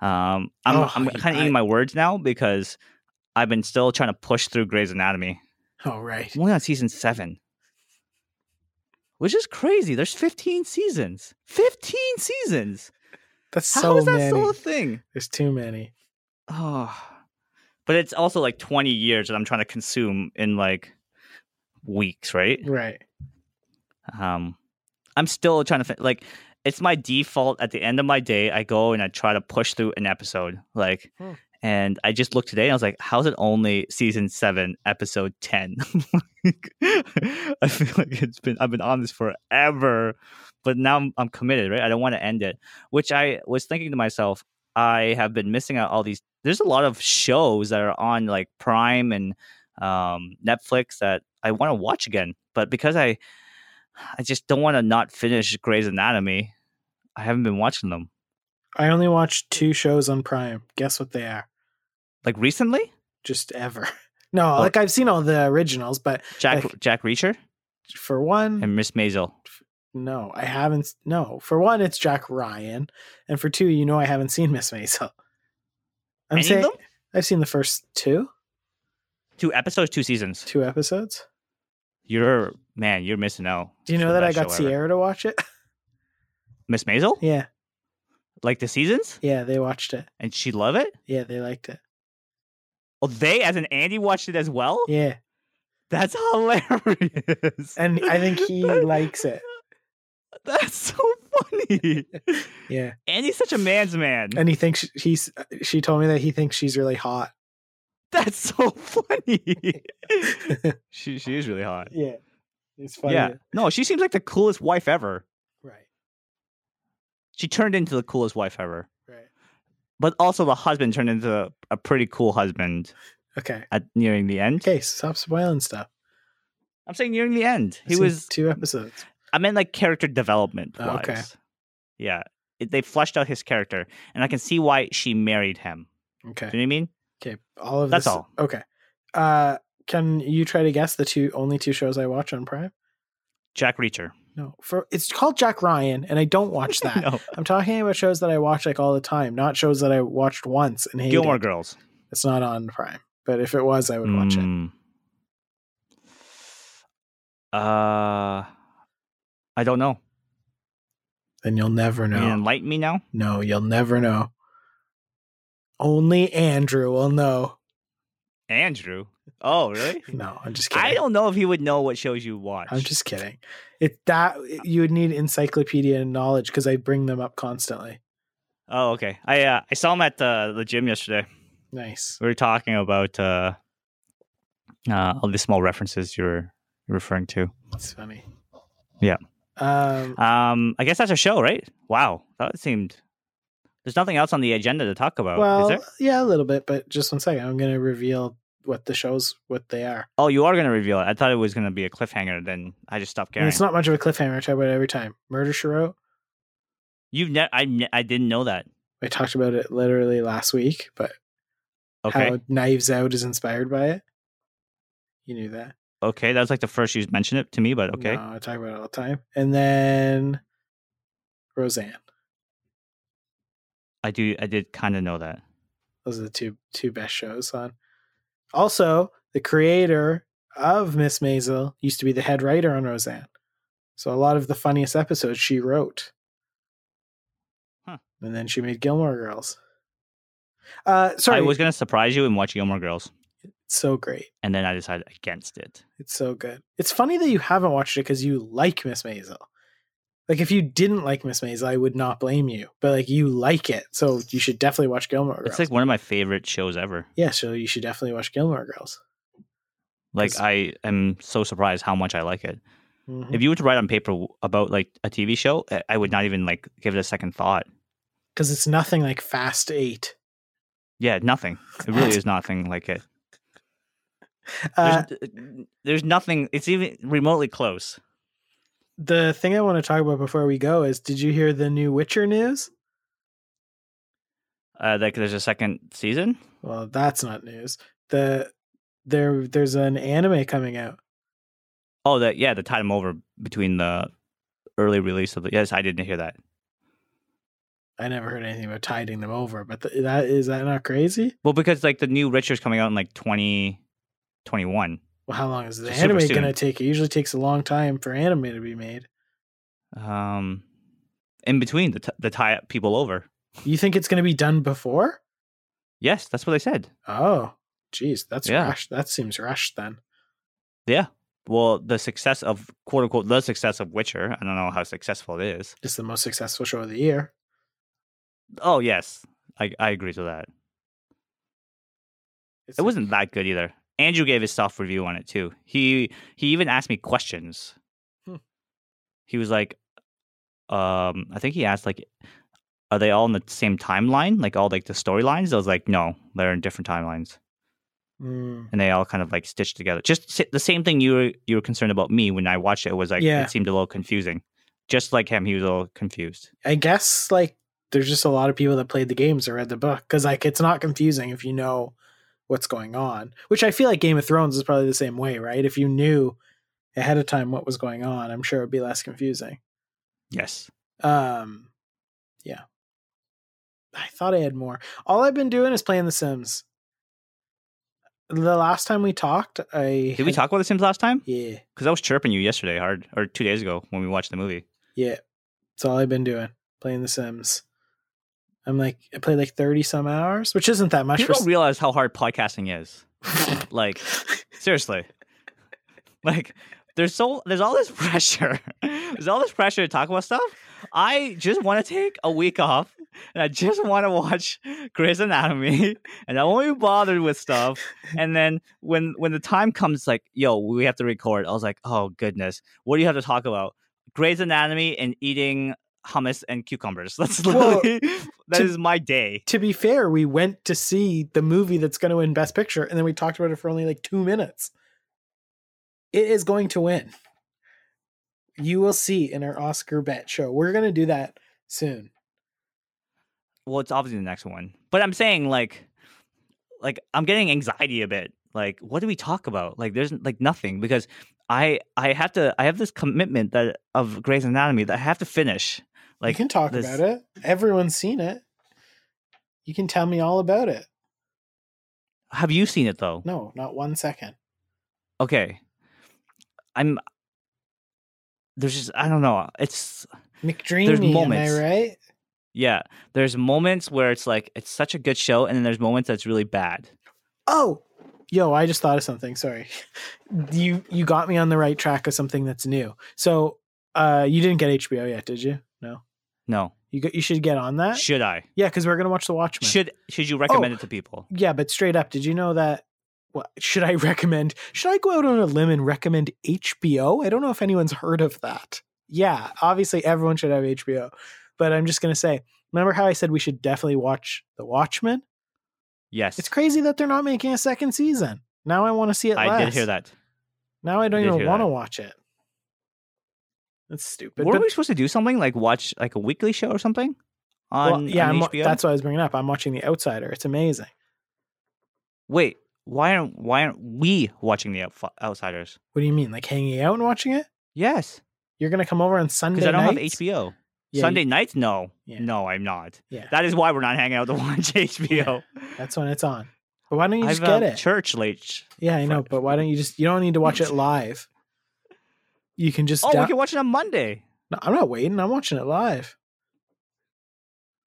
A: um, I'm,
B: Oh,
A: I'm
B: you-
A: kind of
B: I-
A: eating my words now because I've been still trying to push through Grey's Anatomy.
B: All oh, right.
A: I'm only on season seven. which is crazy. There's 15 seasons. 15 seasons.
B: That's
A: How is
B: so
A: that
B: many.
A: still a thing?
B: There's too many.
A: Oh, but it's also like 20 years that I'm trying to consume in like weeks, right?
B: Right.
A: Um, I'm still trying to fin- like it's my default at the end of my day. I go and I try to push through an episode, like,
B: Hmm.
A: and I just looked today and I was like, how's it only season seven, episode ten? I feel like it's been I've been on this forever, but now I'm, I'm committed, right? I don't want to end it, which I was thinking to myself. I have been missing out all these. There's a lot of shows that are on like Prime and um, Netflix that I want to watch again, but because I I just don't want to not finish Grey's Anatomy. I haven't been watching them
B: I only watched two shows on Prime. Guess what they are?
A: like recently.
B: Just ever. No,
A: Oh.
B: like I've seen all the originals, but
A: Jack
B: Like- Mm-hmm.
A: Jack Reacher
B: for one,
A: and Miss Maisel.
B: no, I haven't. s- No, for one, it's Jack Ryan, and for two, you know I haven't seen Miss Maisel. I'm
A: Any of
B: saying
A: them?
B: I've seen the first two,
A: Two episodes, two seasons.
B: two episodes.
A: You're man, you're missing out.
B: Do you
A: It's
B: know
A: the
B: that I
A: best
B: got
A: show ever.
B: Sierra to watch it?
A: Miss Maisel?
B: yeah,
A: Like the seasons?
B: yeah, they watched it.
A: And she love it?
B: Yeah, they liked it.
A: Oh, they as an Andy watched it as well?
B: Yeah,
A: That's hilarious.
B: and I think he likes it.
A: That's so funny.
B: Yeah,
A: Andy's such a man's man.
B: and he thinks he's. She told me that he thinks she's really hot.
A: That's so funny. she she is really hot.
B: yeah, it's funny.
A: Yeah. No, she seems like the coolest wife ever.
B: Right.
A: She turned into the coolest wife ever.
B: Right.
A: But also the husband turned into a pretty cool husband
B: Okay.
A: at nearing the end.
B: Okay. Stop spoiling stuff.
A: I'm saying nearing the end.
B: I've
A: He
B: seen
A: was
B: two episodes.
A: I meant like character development
B: Oh,
A: wise.
B: okay.
A: Yeah. It- they fleshed out his character and I can see why she married him.
B: Okay.
A: Do you know what I mean?
B: Okay, all of
A: That's
B: this-
A: all.
B: Okay. Uh, can you try to guess the two only two shows I watch on Prime?
A: Jack Reacher.
B: No, for it's called Jack Ryan, and I don't watch that.
A: No.
B: I'm talking about shows that I watch like all the time, not shows that I watched once and hated.
A: Gilmore Girls.
B: It's not on Prime, but if it was, I would watch it.
A: Mm. Uh I don't know.
B: Then you'll never
A: You
B: know.
A: gonna enlighten me now?
B: No, you'll never know. Only Andrew will know.
A: Andrew. Oh, really?
B: No, I'm just kidding.
A: I don't know if he would know what shows you watch.
B: I'm just kidding. It that you would need encyclopedia knowledge because I bring them up constantly.
A: Oh, okay. I uh, I saw him at the the gym yesterday.
B: Nice.
A: We were talking about uh, uh, all the small references you were referring to.
B: It's funny.
A: Yeah.
B: Um,
A: Um, I guess that's a show, right? Wow, that seemed. There's nothing else on the agenda to talk about. is
B: well,
A: there?
B: yeah, a little bit, but just one second. I'm going to reveal what the shows, what they are.
A: Oh, you are gonna reveal it. I thought it was gonna be a cliffhanger. Then I just stopped
B: And
A: caring.
B: it's not much of a cliffhanger. I talk about it every time. Murder, She Wrote.
A: You've ne- I ne- I didn't know that.
B: I talked about it literally last week, but
A: Okay.
B: how Knives Out is inspired by it. You knew that.
A: Okay, that was like the first you mentioned it to me, but okay.
B: No, I talk about it all the time. And then Roseanne.
A: I do. I did kind of know that.
B: Those are the two two best shows on. Also, the creator of Miss Maisel used to be the head writer on Roseanne. So a lot of the funniest episodes she wrote.
A: Huh.
B: And then she made Gilmore Girls. Uh sorry,
A: I was gonna surprise you and watch Gilmore Girls,
B: it's so great.
A: and then I decided against it.
B: It's so good. It's funny that you haven't watched it because you like Miss Maisel. Like if you didn't like Miss Maisel, I would not blame you. But like you like it, so you should definitely watch Gilmore Girls.
A: It's like one of my favorite shows ever.
B: yeah, so you should definitely watch Gilmore Girls.
A: Like
B: 'Cause-
A: I am so surprised how much I like it.
B: Mhm.
A: If you were to write on paper w- about like a TV show, I- I would not even like give it a second thought.
B: because it's nothing like Fast Eight.
A: Yeah, nothing. It really is nothing like it. There's,
B: Uh,
A: d- there's nothing. It's even remotely close.
B: the thing I want to talk about before we go is: Did you hear the new Witcher news?
A: Uh, like there's a second season.
B: Well, that's not news. The there there's an anime coming out.
A: Oh, that yeah, the time over between the early release of the. Yes, I didn't hear that.
B: I never heard anything about tiding them over, but th- that is that not crazy?
A: Well, because like the new Richard's coming out in like 2021.
B: Well, how long is the
A: Super
B: anime
A: soon.
B: going to take? It usually takes a long time for anime to be made.
A: um, in between the t- the tie people over.
B: You think it's going to be done before?
A: Yes, that's what they said.
B: Oh, geez, that's
A: Yeah.
B: rash. That seems rash then.
A: Yeah. Well, the success of quote unquote the success of Witcher. I don't know how successful it is.
B: It's the most successful show of the year.
A: Oh yes, I I agree to that.
B: It's
A: It wasn't that good either. Andrew gave his self review on it too. He he even asked me questions.
B: Hmm.
A: He was like, um, I think he asked like, are they all in the same timeline? Like all like the storylines? I was like, no, they're in different timelines,
B: Mm,
A: and they all kind of like stitched together. Just si- the same thing you were you were concerned about me when I watched it. It was like
B: Yeah.
A: it seemed a little confusing. Just like him, he was a little confused.
B: I guess like there's just a lot of people that played the games or read the book because like it's not confusing if you know what's going on. Which I feel like Game of Thrones is probably the same way, right? If you knew ahead of time what was going on, I'm sure it would be less confusing.
A: Yes.
B: Um, yeah. I thought I had more. All I've been doing is playing The Sims. The last time we talked, I
A: Did we
B: had-
A: talk about The Sims last time?
B: Yeah,
A: Because I was chirping you yesterday, hard or two days ago when we watched the movie.
B: yeah. That's all I've been doing, playing The Sims. I'm like, I played like thirty some hours, which isn't that much. For,
A: People don't realize how hard podcasting is.
B: s-
A: Like seriously, like there's so there's all this pressure. there's all this pressure to talk about stuff. I just want to take a week off, and I just want to watch Grey's Anatomy, and I won't be bothered with stuff. And then when when the time comes, like yo, we have to record. I was like, oh goodness, what do you have to talk about? Grey's Anatomy and eating hummus and cucumbers. That's
B: Well,
A: literally that
B: to-
A: is my day.
B: to be fair, we went to see the movie that's going to win Best Picture, and then we talked about it for only like two minutes. It is going to win. You will see in our Oscar bet show. We're going to do that soon.
A: well it's obviously the next one but i'm saying like like i'm getting anxiety a bit like what do we talk about like there's like nothing because i i have to i have this commitment that of Grey's anatomy that i have to finish
B: Like,
A: like
B: you can talk
A: this-
B: about it. Everyone's seen it. You can tell me all about it.
A: have you seen it though
B: No, not one second.
A: okay i'm there's just i don't know it's
B: McDreamy,
A: moments.
B: am I right?
A: yeah there's moments where it's like it's such a good show and then there's moments that's really bad
B: Oh, yo, I just thought of something. Sorry, you you got me on the right track of something that's new. So, uh, you didn't get HBO yet, did you? No,
A: no
B: you got, you should get on that. Oh.
A: should i
B: Yeah, because we're gonna watch The Watchmen.
A: should should you recommend it to people
B: Yeah, but straight up, did you know that? What should I recommend? Should I go out on a limb and recommend HBO? I don't know if anyone's heard of that. Yeah, obviously everyone should have HBO, but I'm just gonna say. Remember how I said we should definitely watch The Watchmen?
A: yes
B: It's crazy that they're not making a second season. Now I want to see it.
A: i
B: last.
A: did hear that
B: Now I don't
A: did
B: even
A: hear
B: want to
A: that.
B: watch it. That's stupid.
A: were
B: but-
A: we supposed to do something like watch like a weekly show or something on,
B: well, yeah,
A: on
B: I'm wa-
A: HBO?
B: that's what I was bringing up. I'm watching The Outsider. It's amazing.
A: Wait, why aren't why aren't we watching the Outf- Outsiders?
B: What do you mean, like hanging out and watching it?
A: Yes,
B: You're gonna come over on Sunday
A: because I don't
B: nights?
A: have HBO.
B: Yeah, you-
A: Sunday nights? No,
B: Yeah.
A: no, I'm not.
B: Yeah.
A: That is why we're not hanging out to watch HBO.
B: That's when it's on. But why don't you
A: I've
B: just get
A: uh,
B: it?
A: church late.
B: yeah, I know.
A: fr-
B: But why don't you just? You don't need to watch it live. You can just.
A: Oh,
B: down-
A: we can watch it on Monday.
B: No, I'm not waiting. I'm watching it live.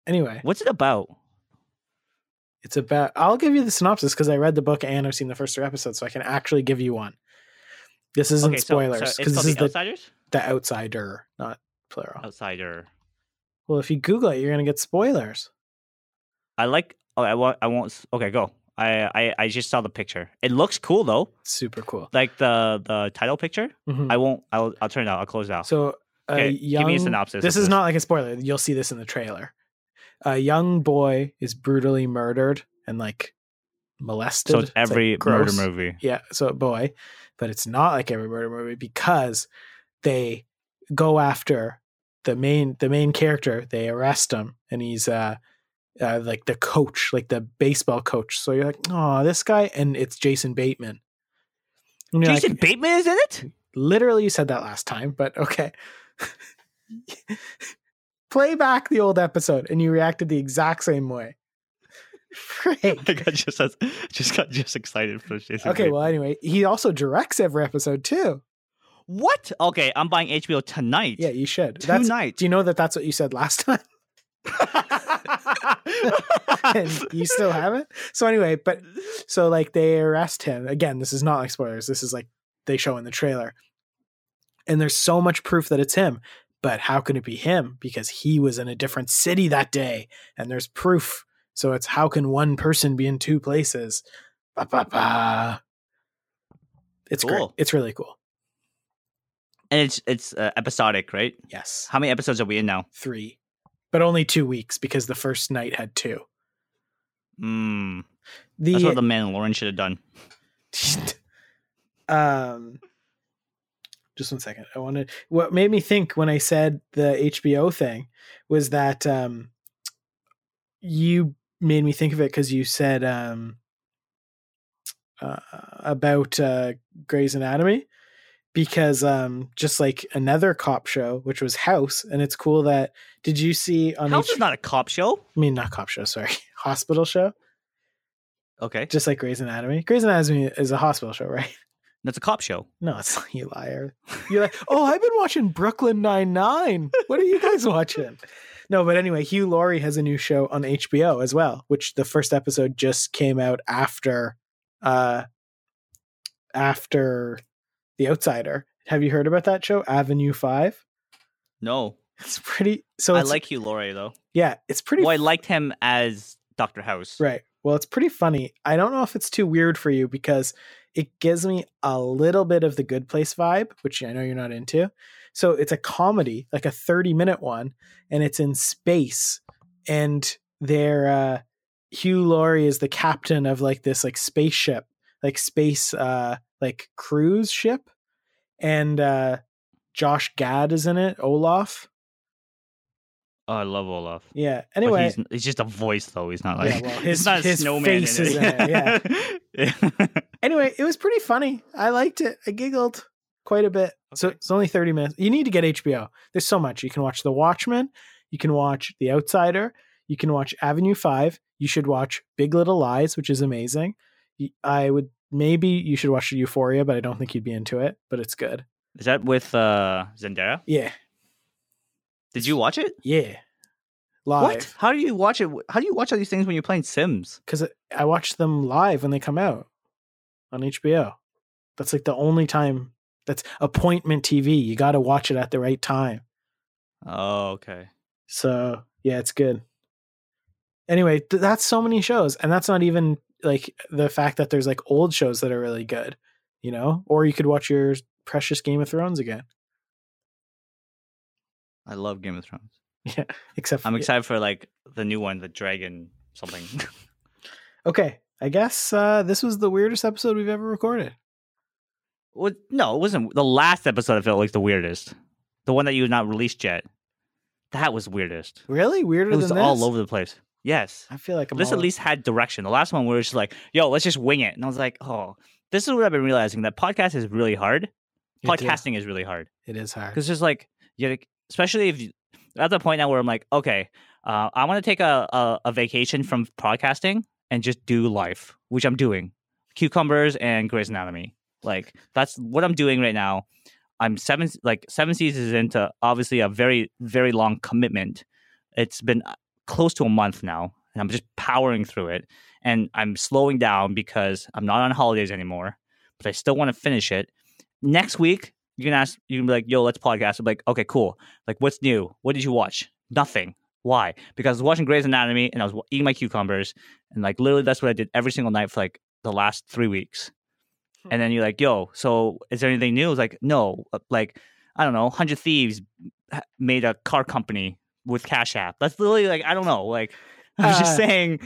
B: Anyway,
A: What's it about?
B: it's about. I'll give you the synopsis because I read the book and I've seen the first three episodes, so I can actually give you one. This isn't
A: okay, so-
B: spoilers
A: so
B: because
A: it's
B: this
A: called
B: is
A: the
B: the the
A: Outsiders.
B: outsider, not plural.
A: Oh. Outsider.
B: Well, if you Google it, you're gonna get spoilers.
A: I like. Oh, I won't. I won't. s- Okay, go. I, I I just saw the picture. It looks cool though.
B: Super cool.
A: Like the the title picture.
B: Mhm.
A: I won't. I'll, I'll turn it out. I'll close it out.
B: so a
A: Okay,
B: young,
A: give me a synopsis.
B: This
A: of
B: is not like a spoiler. You'll see this in the trailer. A young boy is brutally murdered and like molested.
A: So it's
B: like,
A: every murder
B: gross.
A: movie.
B: Yeah, so a boy, but it's not like every murder movie because they go after the main the main character. They arrest him, and he's uh, uh like the coach, like the baseball coach. So you're like, oh, this guy, and it's Jason Bateman. And you're like,
A: Jason Bateman is in it.
B: literally, you said that last time, but okay. Play back the old episode, and you reacted the exact same way. Great.
A: I got just as, just got just excited for Jason.
B: Okay, well, anyway, he also directs every episode too.
A: What? Okay, I'm buying HBO tonight.
B: Yeah, you should.
A: two
B: That's,
A: nights.
B: do you know that that's what you said last time? and you still haven't? So anyway, but so like they arrest him. Again, this is not like spoilers. This is like they show in the trailer. And there's so much proof that it's him. But how can it be him? Because he was in a different city that day and there's proof. So it's how can one person be in two places? Ba, ba, ba. It's cool.
A: Cool.
B: It's really cool.
A: and it's it's uh, episodic, right?
B: Yes.
A: How many episodes are we in now?
B: Three. But only two weeks because the first night had two.
A: Mm,
B: The,
A: that's what the Mandalorian should have done.
B: um just one second i wanted what made me think when i said the hbo thing was that um you made me think of it because you said um uh, about uh gray's anatomy because um just like another cop show which was house and it's cool that did you see on
A: House
B: H-
A: is not a cop show.
B: i mean not cop show sorry hospital show
A: Okay,
B: just like gray's anatomy gray's anatomy is a hospital show right
A: that's a cop show.
B: No, it's not, you liar. You're like, oh, I've been watching Brooklyn Nine Nine. What are you guys watching? No, but anyway, Hugh Laurie has a new show on HBO as well, which the first episode just came out after, uh, after The Outsider. Have you heard about that show, Avenue Five?
A: No,
B: It's pretty. So
A: I
B: it's-
A: like Hugh Laurie though.
B: Yeah, it's pretty.
A: Well, I liked him as Doctor House.
B: Right. Well, it's pretty funny. I don't know if it's too weird for you because it gives me a little bit of the good place vibe, which I know you're not into. So it's a comedy, like a 30 minute one, and it's in space. And they're uh Hugh Laurie is the captain of like this like spaceship, like space uh like cruise ship. And uh Josh Gad is in it, Olaf.
A: Oh, I love Olaf.
B: Yeah.
A: But
B: Anyway,
A: he's, it's just a voice though. He's not
B: Yeah,
A: like
B: well,
A: it's
B: his-
A: not a
B: his
A: snowman
B: face
A: in
B: is in
A: it.
B: it,
A: yeah.
B: anyway, it was pretty funny. I liked it. I giggled quite a bit. So
A: Okay.
B: it's only 30 minutes. You need to get HBO. There's so much. You can watch The Watchmen, you can watch The Outsider, you can watch Avenue 5, you should watch Big Little Lies, which is amazing. You- I would maybe you should watch Euphoria, but I don't think you'd be into it, but it's good.
A: Is that with uh, Zendaya?
B: Yeah.
A: Did you watch it?
B: Yeah. Live.
A: What? How do you watch it? How do you watch all these things when you're playing Sims?
B: Cuz I watch them live when they come out on HBO. That's like the only time that's appointment TV. You got to watch it at the right time.
A: Oh, okay.
B: So yeah, it's good. Anyway, th- that's so many shows, and that's not even like the fact that there's like old shows that are really good, you know. Or you could watch your precious Game of Thrones again.
A: I love Game of Thrones.
B: Except
A: I'm excited for like the new one, the dragon something.
B: Okay, I guess uh, this was the weirdest episode we've ever recorded.
A: Well, no, it wasn't. The last episode I felt like the weirdest. The one that you had not released yet. That was weirdest.
B: Really weirder
A: It was
B: than
A: all
B: this?
A: over the place. Yes.
B: I feel like I'm
A: this
B: all-
A: at least had direction. The last one we were just like, yo, let's just wing it. And I was like, oh, this is what I've been realizing that podcast is really hard.
B: It is-
A: Podcasting is really hard.
B: It is hard.
A: Because just like, you gotta- especially if you, at the point now where I'm like, okay, uh, I want to take a, a, a vacation from podcasting and just do life, which I'm doing. Cucumbers and Grey's Anatomy. Like that's what I'm doing right now. I'm seven like seven seasons into obviously a very very long commitment. It's been uh, close to a month now, and I'm just powering through it. And I'm slowing down because I'm not on holidays anymore, but I still want to finish it. Next week, you can ask. You can be like, "Yo, let's podcast." I'm like, "Okay, cool. Like, what's new? What did you watch? Nothing. Why? Because I was watching Grey's Anatomy and I was wa- eating my cucumbers, and like literally that's what I did every single night for like the last three weeks.
B: Hmm.
A: And then you're like, "Yo, so is there anything new?" It's like, "No. uh, Like, I don't know. Hundred Thieves ha- made a car company with Cash App. That's literally like, I don't know. Like, I'm
B: Uh,
A: just saying.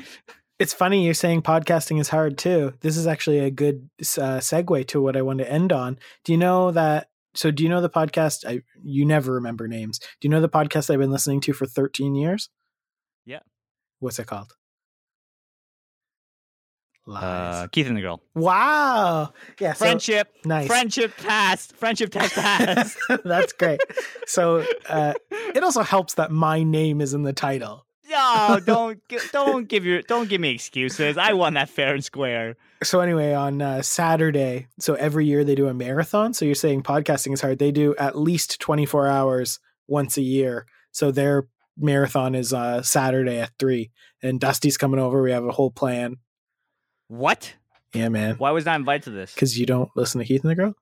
B: It's funny you're saying podcasting is hard too. This is actually a good uh, segue to what I want to end on. Do you know that? So, do you know the podcast? I you never remember names. Do you know the podcast I've been listening to for 13 years?
A: Yeah.
B: What's it called? Lies.
A: Uh, Keith and the girl.
B: wow. Yeah. So,
A: Friendship.
B: nice.
A: Friendship past. Friendship test past.
B: That's great. So uh, it also helps that my name is in the title.
A: Yeah, oh, don't gi- don't give your don't give me excuses. I won that fair and square.
B: So anyway, on uh, Saturday, so every year they do a marathon. So you're saying podcasting is hard. They do at least 24 hours once a year. So their marathon is uh, Saturday at three, and Dusty's coming over. We have a whole plan.
A: What?
B: Yeah, man.
A: Why was I invited to this?
B: Because you don't listen to Keith and the Girl.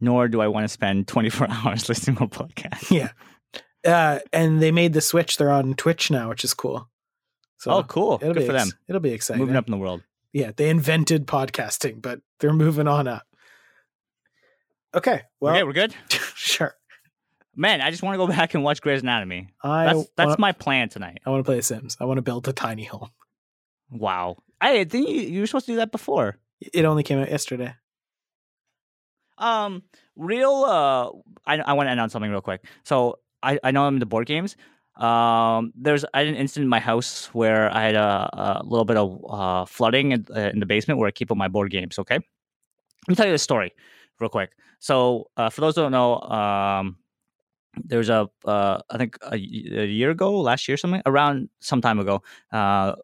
A: Nor do I want to spend 24 hours listening to a podcast.
B: Yeah. Uh, and they made the switch. They're on Twitch now, which is cool. So
A: oh, cool. Good
B: be
A: for
B: ex-
A: them.
B: It'll be exciting.
A: Moving up in the world.
B: yeah, they invented podcasting, but they're moving on up. Okay, well,
A: okay, we're good.
B: sure.
A: Man, I just want to go back and watch Grey's Anatomy.
B: I
A: That's that's
B: wanna,
A: my plan tonight.
B: I want to play The Sims. I want to build a tiny home.
A: Wow. Hey, I think you, you were supposed to do that before.
B: It only came out yesterday.
A: Um, real. Uh, I I want to announce something real quick. So I I know I'm into board games. Um, there's I had an incident in my house where I had a, a little bit of uh, flooding in, uh, in the basement where I keep all my board games. Okay, let me tell you the story real quick. So uh, for those who don't know, um. There's a, uh, I think a, y- a year ago, last year, something around some time ago, uh,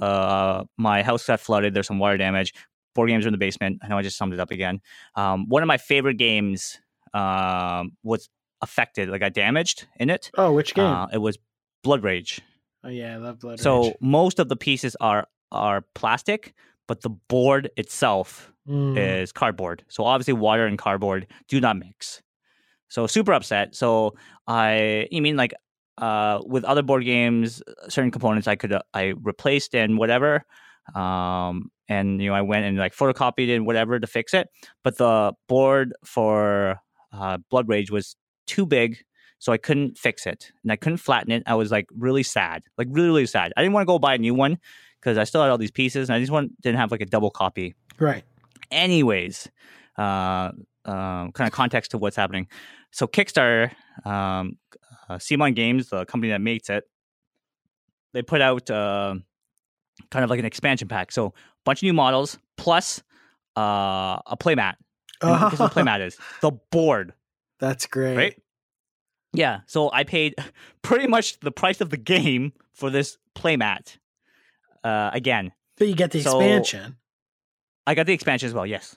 A: uh, my house got flooded. There's some water damage. Board games are in the basement. I know I just summed it up again um, one of my favorite games um, was affected, like I damaged in it.
B: Oh, which game?
A: Uh, it was Blood Rage.
B: oh yeah, I love Blood
A: so
B: Rage.
A: most of the pieces are are plastic, but the board itself
B: Mm.
A: is cardboard. So obviously, water and cardboard do not mix. So super upset. So I, you mean like uh, with other board games, certain components I could uh, I replaced and whatever, um, and you know I went and like photocopied and whatever to fix it. But the board for uh, Blood Rage was too big. So I couldn't fix it and I couldn't flatten it. I was like really sad, like really, really sad. I didn't want to go buy a new one because I still had all these pieces and I just want, didn't have like a double copy
B: right.
A: anyways uh, um, kind of context to what's happening so kickstarter um, uh, cmon games the company that makes it they put out uh, kind of like an expansion pack so a bunch of new models plus uh, a playmat And guess what a playmat is the board
B: That's great.
A: right yeah so i paid pretty much the price of the game for this playmat uh, again
B: But you get the
A: So-
B: expansion.
A: I got the expansion as well, yes.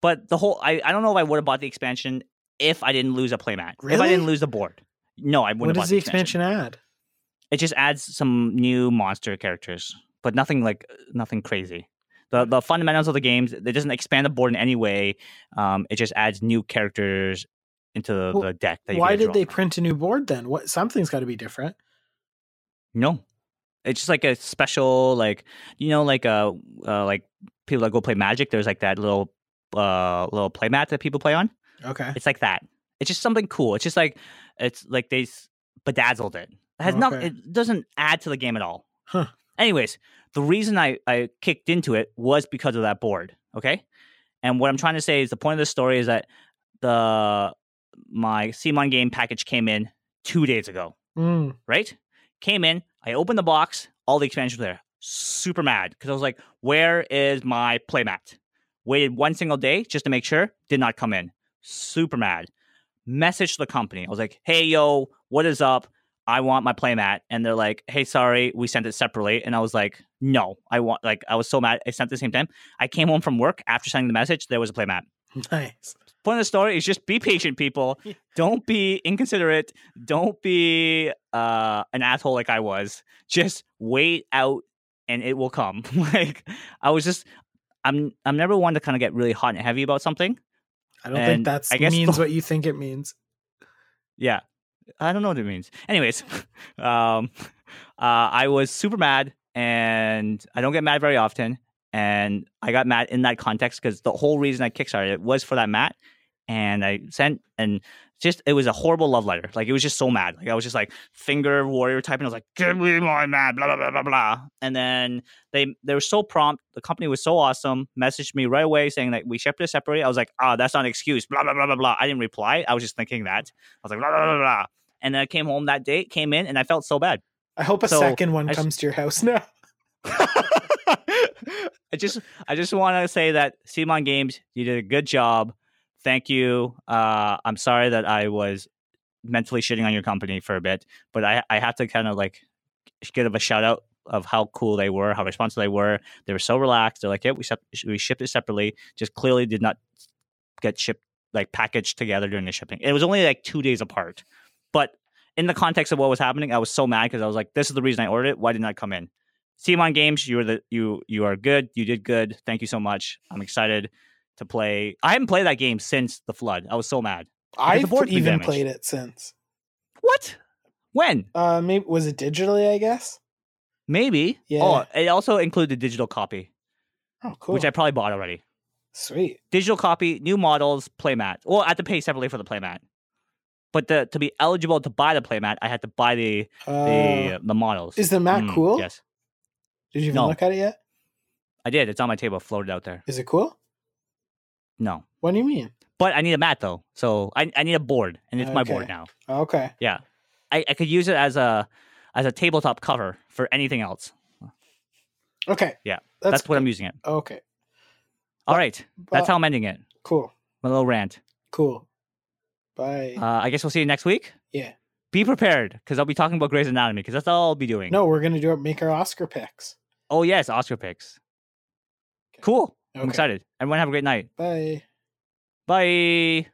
A: But the whole I, I don't know if I would have bought the expansion if I didn't lose a playmat. If I
B: Really?
A: didn't lose the board. No, I wouldn't
B: What
A: have
B: does
A: bought
B: the expansion add?
A: It just adds some new monster characters, but nothing like nothing crazy. The the fundamentals of the games, it doesn't expand the board in any way. Um, it just adds new characters into the,
B: Well,
A: the deck that you
B: Why
A: get to
B: did
A: draw
B: they
A: from.
B: print a new board then? What something's got to be different.
A: No. It's just like a special like you know like uh, uh like people that go play magic, there's like that little uh little playmat that people play on.
B: Okay.
A: It's like that. It's just something cool. It's just like it's like they s- bedazzled it. It has not.
B: Okay.
A: It doesn't add to the game at all.
B: Huh.
A: Anyways, the reason I I kicked into it was because of that board. Okay, and what I'm trying to say is the point of this story is that the my Simon game package came in two days ago.
B: Mm.
A: Right, came in. I opened the box. All the expansions were there. Super mad because I was like, "Where is my playmat?" Waited one single day just to make sure. Did not come in super mad. Messaged the company. I was like, hey, yo, what is up? I want my playmat. And they're like, hey, sorry, we sent it separately. And I was like, no, I want, like, I was so mad. I sent it at the same time. I came home from work after sending the message. There was a playmat.
B: Nice.
A: Point of the story is just be patient, people.
B: Yeah.
A: Don't be inconsiderate. Don't be uh, an asshole like I was. Just wait out and it will come. like, I was just, I'm, I'm never one to kind of get really hot and heavy about something.
B: I don't think
A: And
B: that's
A: I guess
B: means
A: the-
B: what you think it means.
A: Yeah. I don't know what it means. Anyways, um, uh, I was super mad, and I don't get mad very often. And I got mad in that context because the whole reason I kickstarted it was for that mat. And I sent, and just it was a horrible love letter. Like it was just so mad. Like I was just like finger warrior typing. I was like, "Give me my mat," blah blah blah blah blah. And then they they were so prompt. The company was so awesome. Messaged me right away saying that we shipped it separately. I was like, ah, that's not an excuse. Blah blah blah blah blah. I didn't reply. I was just thinking that. I was like, blah, blah, blah, blah. And then I came home that day, came in, and I felt so bad.
B: I hope a
A: So,
B: second one
A: I s-
B: comes to your house now.
A: I just, I just want to say that Simon Games, you did a good job. Thank you. Uh, I'm sorry that I was mentally shitting on your company for a bit, but I, I have to kind of like give them a shout out of how cool they were, how responsive they were. They were so relaxed. They're like, "Yep, we sep- we shipped it separately." Just clearly did not get shipped like packaged together during the shipping. It was only like two days apart, but in the context of what was happening, I was so mad because I was like, "This is the reason I ordered it. Why didn't I come in?" Simon Games, you were the you you are good. You did good. Thank you so much. I'm excited to play. I haven't played that game since the flood. I was so mad.
B: I've
A: the board's been
B: even
A: damaged.
B: played it since.
A: What? When?
B: Uh, maybe was it digitally? I guess.
A: Maybe.
B: Yeah.
A: Oh, it also included the digital copy,
B: Oh, cool.
A: which I probably bought already.
B: Sweat.
A: Digital copy, new models, playmat. Well, I had to pay separately for the playmat. But the, to be eligible to buy the playmat, I had to buy the the,
B: Uh,
A: the models.
B: is the mat
A: Mm,
B: cool?
A: Yes,
B: Did you even
A: No.
B: look at it yet?
A: I did. It's on my table, floated out there.
B: Is it cool?
A: No,
B: What do you mean?
A: but I need a mat though, so I, I need a board, and it's my board
B: Okay.
A: now.
B: Okay.
A: I, I could use it as a as a tabletop cover for anything else.
B: Okay.
A: Yeah,
B: That's,
A: That's, what I'm using it.
B: okay.
A: All right,
B: Bu-
A: that's how I'm ending it.
B: Cool.
A: My little rant.
B: Cool. Bye.
A: Uh, I guess we'll see you next week.
B: Yeah.
A: Be prepared because I'll be talking about Grey's Anatomy because that's all I'll be doing.
B: no, we're gonna do it. Make our Oscar picks.
A: Oh yes, Oscar picks. Cool. I'm
B: Okay.
A: excited. Everyone have a great night.
B: Bye.
A: Bye.